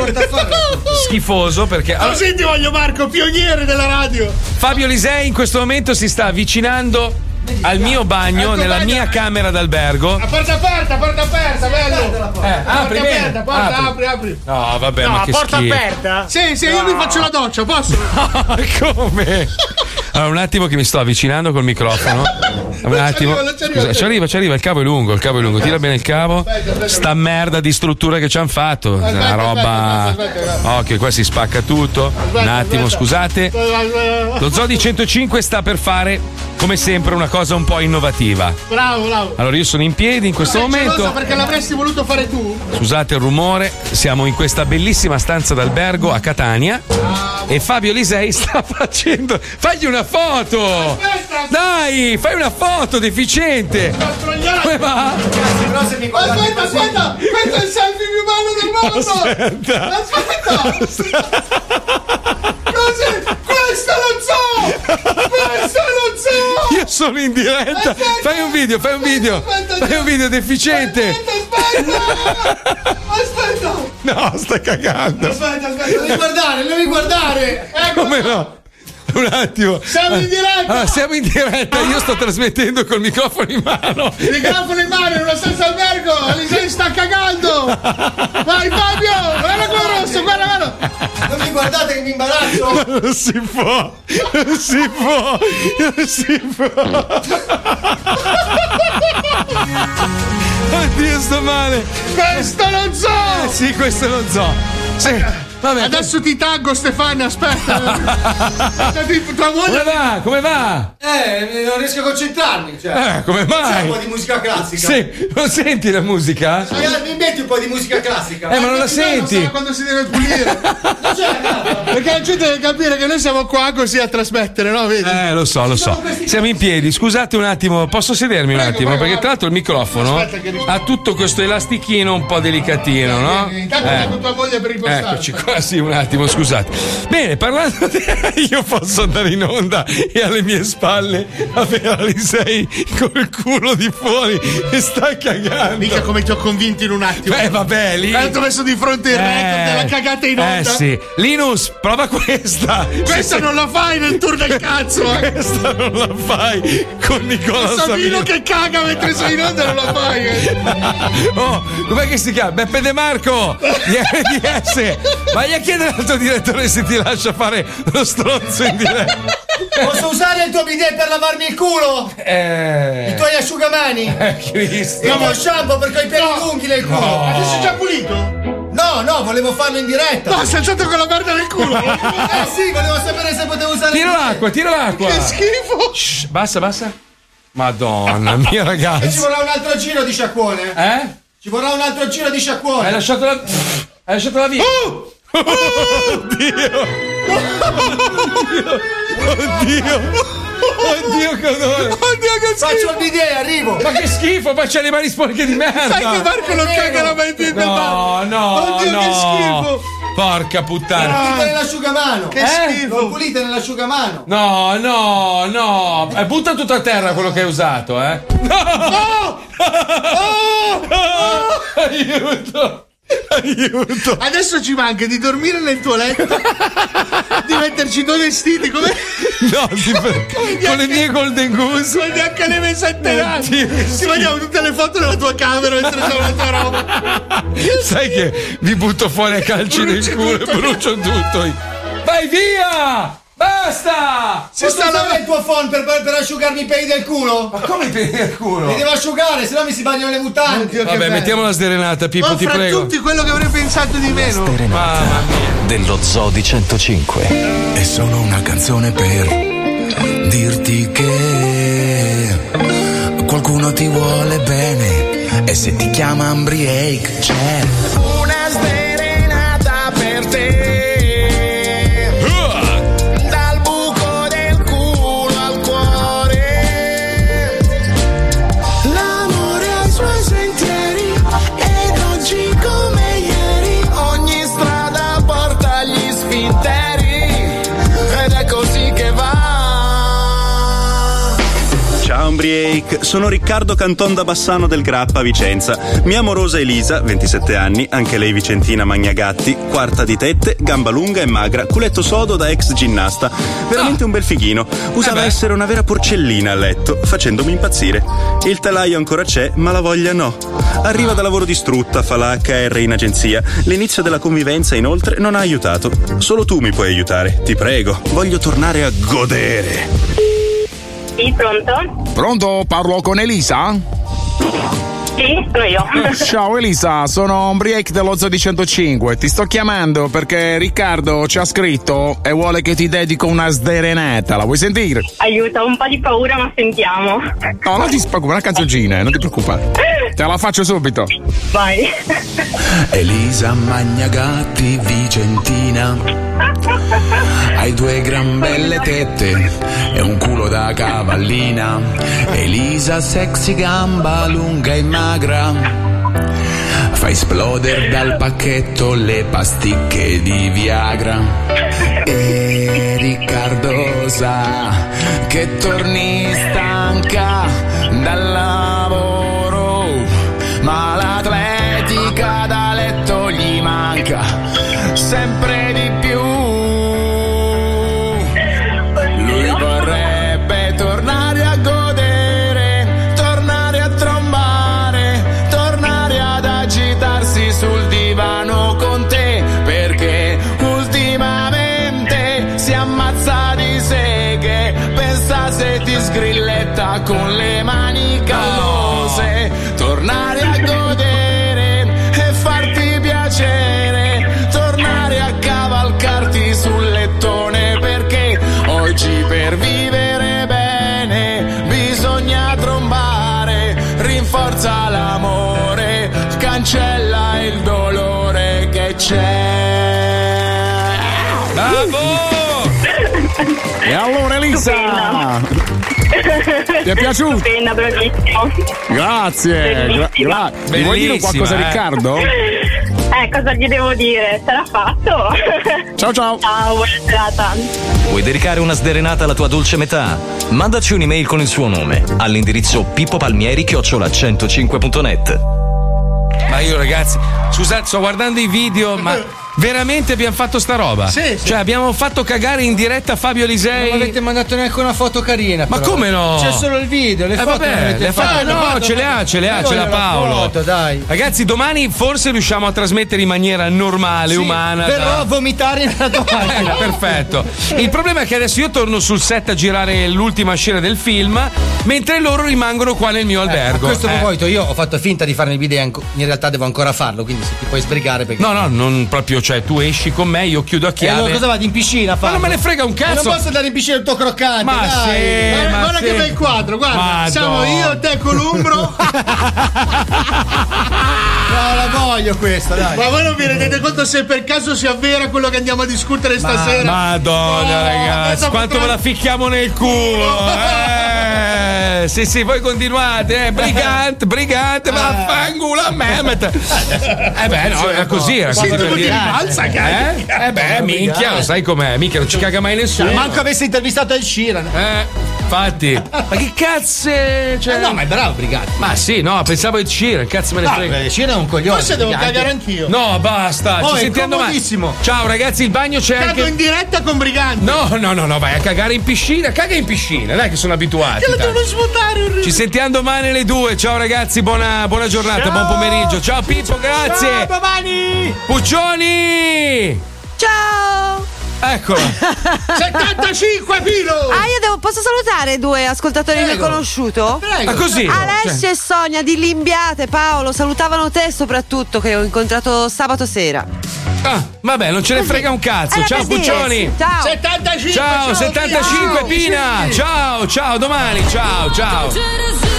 Schifoso perché. Allora, senti, voglio Marco, pioniere della radio. Fabio Lisei in questo momento si sta avvicinando al ah, mio bagno, Ecco, nella bagno. mia camera d'albergo. A porta aperta, porta aperta, bello. Eh, apri porta bene, aperta, porta, apri, apri. No, vabbè, No, ma a che porta schifo. aperta? Sì, sì, io mi faccio la doccia, posso? Come? Allora, un attimo che mi sto avvicinando col microfono. Un attimo. non ci arrivo, Scusa, ci arriva, ci arriva, il cavo è lungo, il cavo è lungo. Tira bene il cavo. Sta merda di struttura che ci hanno fatto. Aspetta, Una roba. aspetta, aspetta, aspetta. Occhio, qua si spacca tutto. Un attimo, scusate. Lo Zoo di 105 sta per fare, come sempre, una cosa un po' innovativa. Bravo, bravo. Allora, io sono in piedi in questo Sei gelosa momento. perché l'avresti voluto fare tu? Scusate il rumore, siamo in questa bellissima stanza d'albergo a Catania e Fabio Lisei sta facendo. Fagli una foto! Dai, fai una foto deficiente! Come va? Aspetta, aspetta! Questo è il selfie più bello del mondo! Aspetta. Così! Questo lo so! Questo lo so! Io sono in diretta. Fai un video, fai un video. Fai un video deficiente. Aspetta! No, stai cagando. Aspetta, aspetta, devi guardare, devi guardare! Ecco! Come no? Un attimo. Siamo in diretta! Ah, siamo in diretta, io sto trasmettendo col microfono in mano. Il microfono in mano in uno stesso albergo! Alisei sta cagando! Vai Fabio! Guarda quello rosso, guarda, guarda! Non mi guardate che mi imbarazzo! Ma non si può! Non si può! Non si può! Oddio, sto male! Questo non so! Eh sì, questo non so. Sì. Adesso ti taggo Stefano, aspetta. Cioè, Ti- tua moglie- Come va? Come va? Eh, non riesco a concentrarmi, cioè. Eh, come C'è mai? un po' di musica classica. Sì, non senti la musica? Eh, Mi metti un po' di musica classica. Eh, ma non la Metti- senti. Sarà quando si deve pulire. Cioè, Perché la gente deve capire che noi siamo qua così a trasmettere, no? Vedi? Eh, lo so, lo so. Siamo in piedi. Scusate un attimo, posso sedermi un attimo? perché tra l'altro il microfono Aspetta che rispondo. ha tutto questo elastichino un po' delicatino, no? Intanto Eh. con tua moglie per riposare. Eccoci qua, sì, un attimo, scusate. Bene, parlando di... Io posso andare in onda e alle mie spalle avere Alisei col culo di fuori e sta cagando. Mica come ti ho convinto in un attimo. Eh, vabbè, lì... Tanto ho messo di fronte il record della cagata in onda. Eh sì. Linus, prova questa. Questa Se- non la fai nel tour del cazzo. eh. Questa non la fai con Nicola Sabino che caga mentre sei in onda non la fai, eh. oh, com'è che si chiama? Beppe De Marco di RDS. Vai a chiedere al tuo direttore se ti lascia fare lo stronzo in diretta. Posso usare il tuo bidet per lavarmi il culo? I Eh. tuoi asciugamani? Cristo. Il tuo shampoo perché ho i piedi lunghi nel culo. No. Adesso è già pulito? No, no, volevo farlo in diretta. No, sei alzato con la merda nel culo. eh sì, volevo sapere se potevo usare Tira il bidet. l'acqua, tira l'acqua. Che schifo. Shh, basta, basta. Madonna mia E ci ragazzi. vorrà un altro giro di sciacquone. Eh? Ci vorrà un altro giro di sciacquone. Hai lasciato la. Hai lasciato la via. Oddio. Oddio! Oddio che odore! Oddio che Faccio il bidet, arrivo! Ma che schifo, ma c'ha le mani sporche di merda! Sai che Marco non caga la mattina del No, bar. no, Oddio, no. che schifo. Ah. Porca Non puttana! Ah. pulite nell'asciugamano! Eh? Che schifo. Non pulite nell'asciugamano! No, no, no! Eh, butta tutto a terra quello che hai usato, eh! No! Aiuto! Aiuto! Adesso ci manca di dormire nel tuo letto, di metterci due vestiti come. No, con le mie Golden Goose. Con gli HM7 anni. Ti vogliamo tutte le foto della tua camera mentre c'è la tua roba. Sai che vi butto fuori a calci nel culo e brucio tutto. io. Vai via! Basta! Se sta usare il tuo phone per, per- per asciugarmi i peli del culo? Ma come i peli del culo? Mi devo asciugare, sennò mi si bagnano le mutande. Vabbè, mettiamo la sderenata, Pippo, Ma ti fra prego. Ah, tutti quello che avrei pensato di meno. Mamma mia. dello Zodi 105. È solo una canzone per dirti che qualcuno ti vuole bene e se ti chiama Ambriake c'è. Una sdrenata per te. Dal buco del culo al cuore. L'amore ha i suoi sentieri. Ed oggi come ieri. Ogni strada porta agli sfinteri. Ed è così che va. Ciao Umbriake, sono Riccardo Canton da Bassano del Grappa, Vicenza. Mia amorosa Elisa, 27 anni, anche lei vicentina Magnagatti, quarta di tette, gamba lunga e magra, culetto sodo da ex ginnasta. Veramente un bel fighino. Usava essere una vera porcellina a letto, facendomi impazzire. Il telaio ancora c'è, ma la voglia no. Arriva da lavoro distrutta, fa la HR in agenzia. L'inizio della convivenza, inoltre, non ha aiutato. Solo tu mi puoi aiutare, ti prego. Voglio tornare a godere. Sì, pronto? Pronto? Parlo con Elisa? Sì, sono io. Ciao Elisa, sono Ombriek dello Zoo di 105. Ti sto chiamando perché Riccardo ci ha scritto e vuole che ti dedico una sderenata. La vuoi sentire? Aiuto, ho un po' di paura, ma sentiamo. No, non ti preoccupare, una canzoncina, eh, non ti preoccupare. Te la faccio subito. Vai. Elisa Magnagatti Vicentina Hai due gran belle tette e un culo da cavallina Elisa sexy gamba lunga e magra Fa esplodere dal pacchetto le pasticche di Viagra E Riccardo sa che torni stanco stanca dal lavoro, ma l'atletica da letto gli manca sempre di più. Lui vorrebbe tornare a godere, tornare a trombare, tornare ad agitarsi sul divano con te, perché ultimamente si ammazza di seghe, pensa se ti sgrilletta con le mani calose, tornare a godere e farti piacere, tornare a cavalcarti sul lettone perché oggi per vivere bene bisogna trombare, rinforza l'amore, cancella il dolore che c'è. E allora Elisa Ti è piaciuto? Stupenda, bravissimo Grazie, gra- Bellissima. gra- mi vuoi dire qualcosa a Bellissima, eh. Riccardo? Eh, cosa gli devo dire? Sarà Eh, fatto Ciao ciao Ciao, buona serata Vuoi dedicare una sderenata alla tua dolce metà? Mandaci un'email con il suo nome all'indirizzo pippopalmieri-105.net. Ma io ragazzi, scusate, sto guardando i video, ma veramente abbiamo fatto sta roba? Sì, sì. Cioè, abbiamo fatto cagare in diretta Fabio Lisei. Non avete mandato neanche una foto carina. Ma però. come no? C'è solo il video, le Ah, Eh, foto. non vabbè, avete le fa- fatto. no, ce le ha, ce le ha, Io ce l'ha voglio la Paolo. foto, dai. Ragazzi, domani forse riusciamo a trasmettere in maniera normale, Sì, Ah, umana. Però da- vomitare nella Eh, domanda. perfetto. Il problema è che adesso io torno sul set a girare l'ultima scena del film, mentre loro rimangono qua nel mio A albergo. questo Eh. proposito, io ho fatto finta di farmi il video, anco- in realtà devo ancora farlo, quindi se ti puoi sbrigare perché. No, no, non proprio, cioè tu esci con me, io chiudo a E allora chiave. cosa vado in piscina? Ma non me ne frega un cazzo. Non posso andare in piscina il tuo croccante. Ma dai. sì, Guarda- ma guarda sì. che bel quadro, guarda. Madonna. Siamo io, te Columbro. No, la voglio questa, dai. Ma voi non vi rendete conto se per caso si avvera quello che andiamo a discutere stasera? Ah, Madonna, No, ragazzi, adesso quanto potrei- ve la ficchiamo nel culo. Eh, sì, sì, voi continuate, eh, brigante, brigante, vaffanculo a me. met- Eh beh, no, era così, era così. per dire. eh? eh beh, minchia, lo sai com'è, minchia, non ci caga mai nessuno. Manco avessi intervistato il Sheeran. Eh, infatti. Ma che cazzo Cioè... Eh no, ma è bravo, brigante. Ma sì, no, pensavo di Ciro, cazzo me ne No, frega. beh, Ciro è un coglione, Forse Forse devo brigante. cagare anch'io. No, basta, Oh, ci è sentiamo domani. comodissimo. Ciao ragazzi, il bagno c'è Cago anche in diretta con Brigante. No, no, no, no, vai a cagare in piscina, caga in piscina, dai che sono abituati. Che lo tanto. devo svuotare un Ci sentiamo domani alle 2. Ciao ragazzi, buona, buona giornata, Ciao. buon pomeriggio. Ciao Pippo, grazie. Ciao, domani. Puccioni! Ciao! Eccola. 75 filo! Ah, io devo, posso salutare due ascoltatori che Prego. ho conosciuto? Prego. Ah, così? Alessia Cioè. e Sonia di Limbiate, Paolo, salutavano te soprattutto che ho incontrato sabato sera. Ah, vabbè, non ce ne frega un cazzo. Era Ciao per dire, Puccioni. sì, Ciao! 75! Ciao, 75 Pina. Ciao, ciao, domani. Ciao, ciao.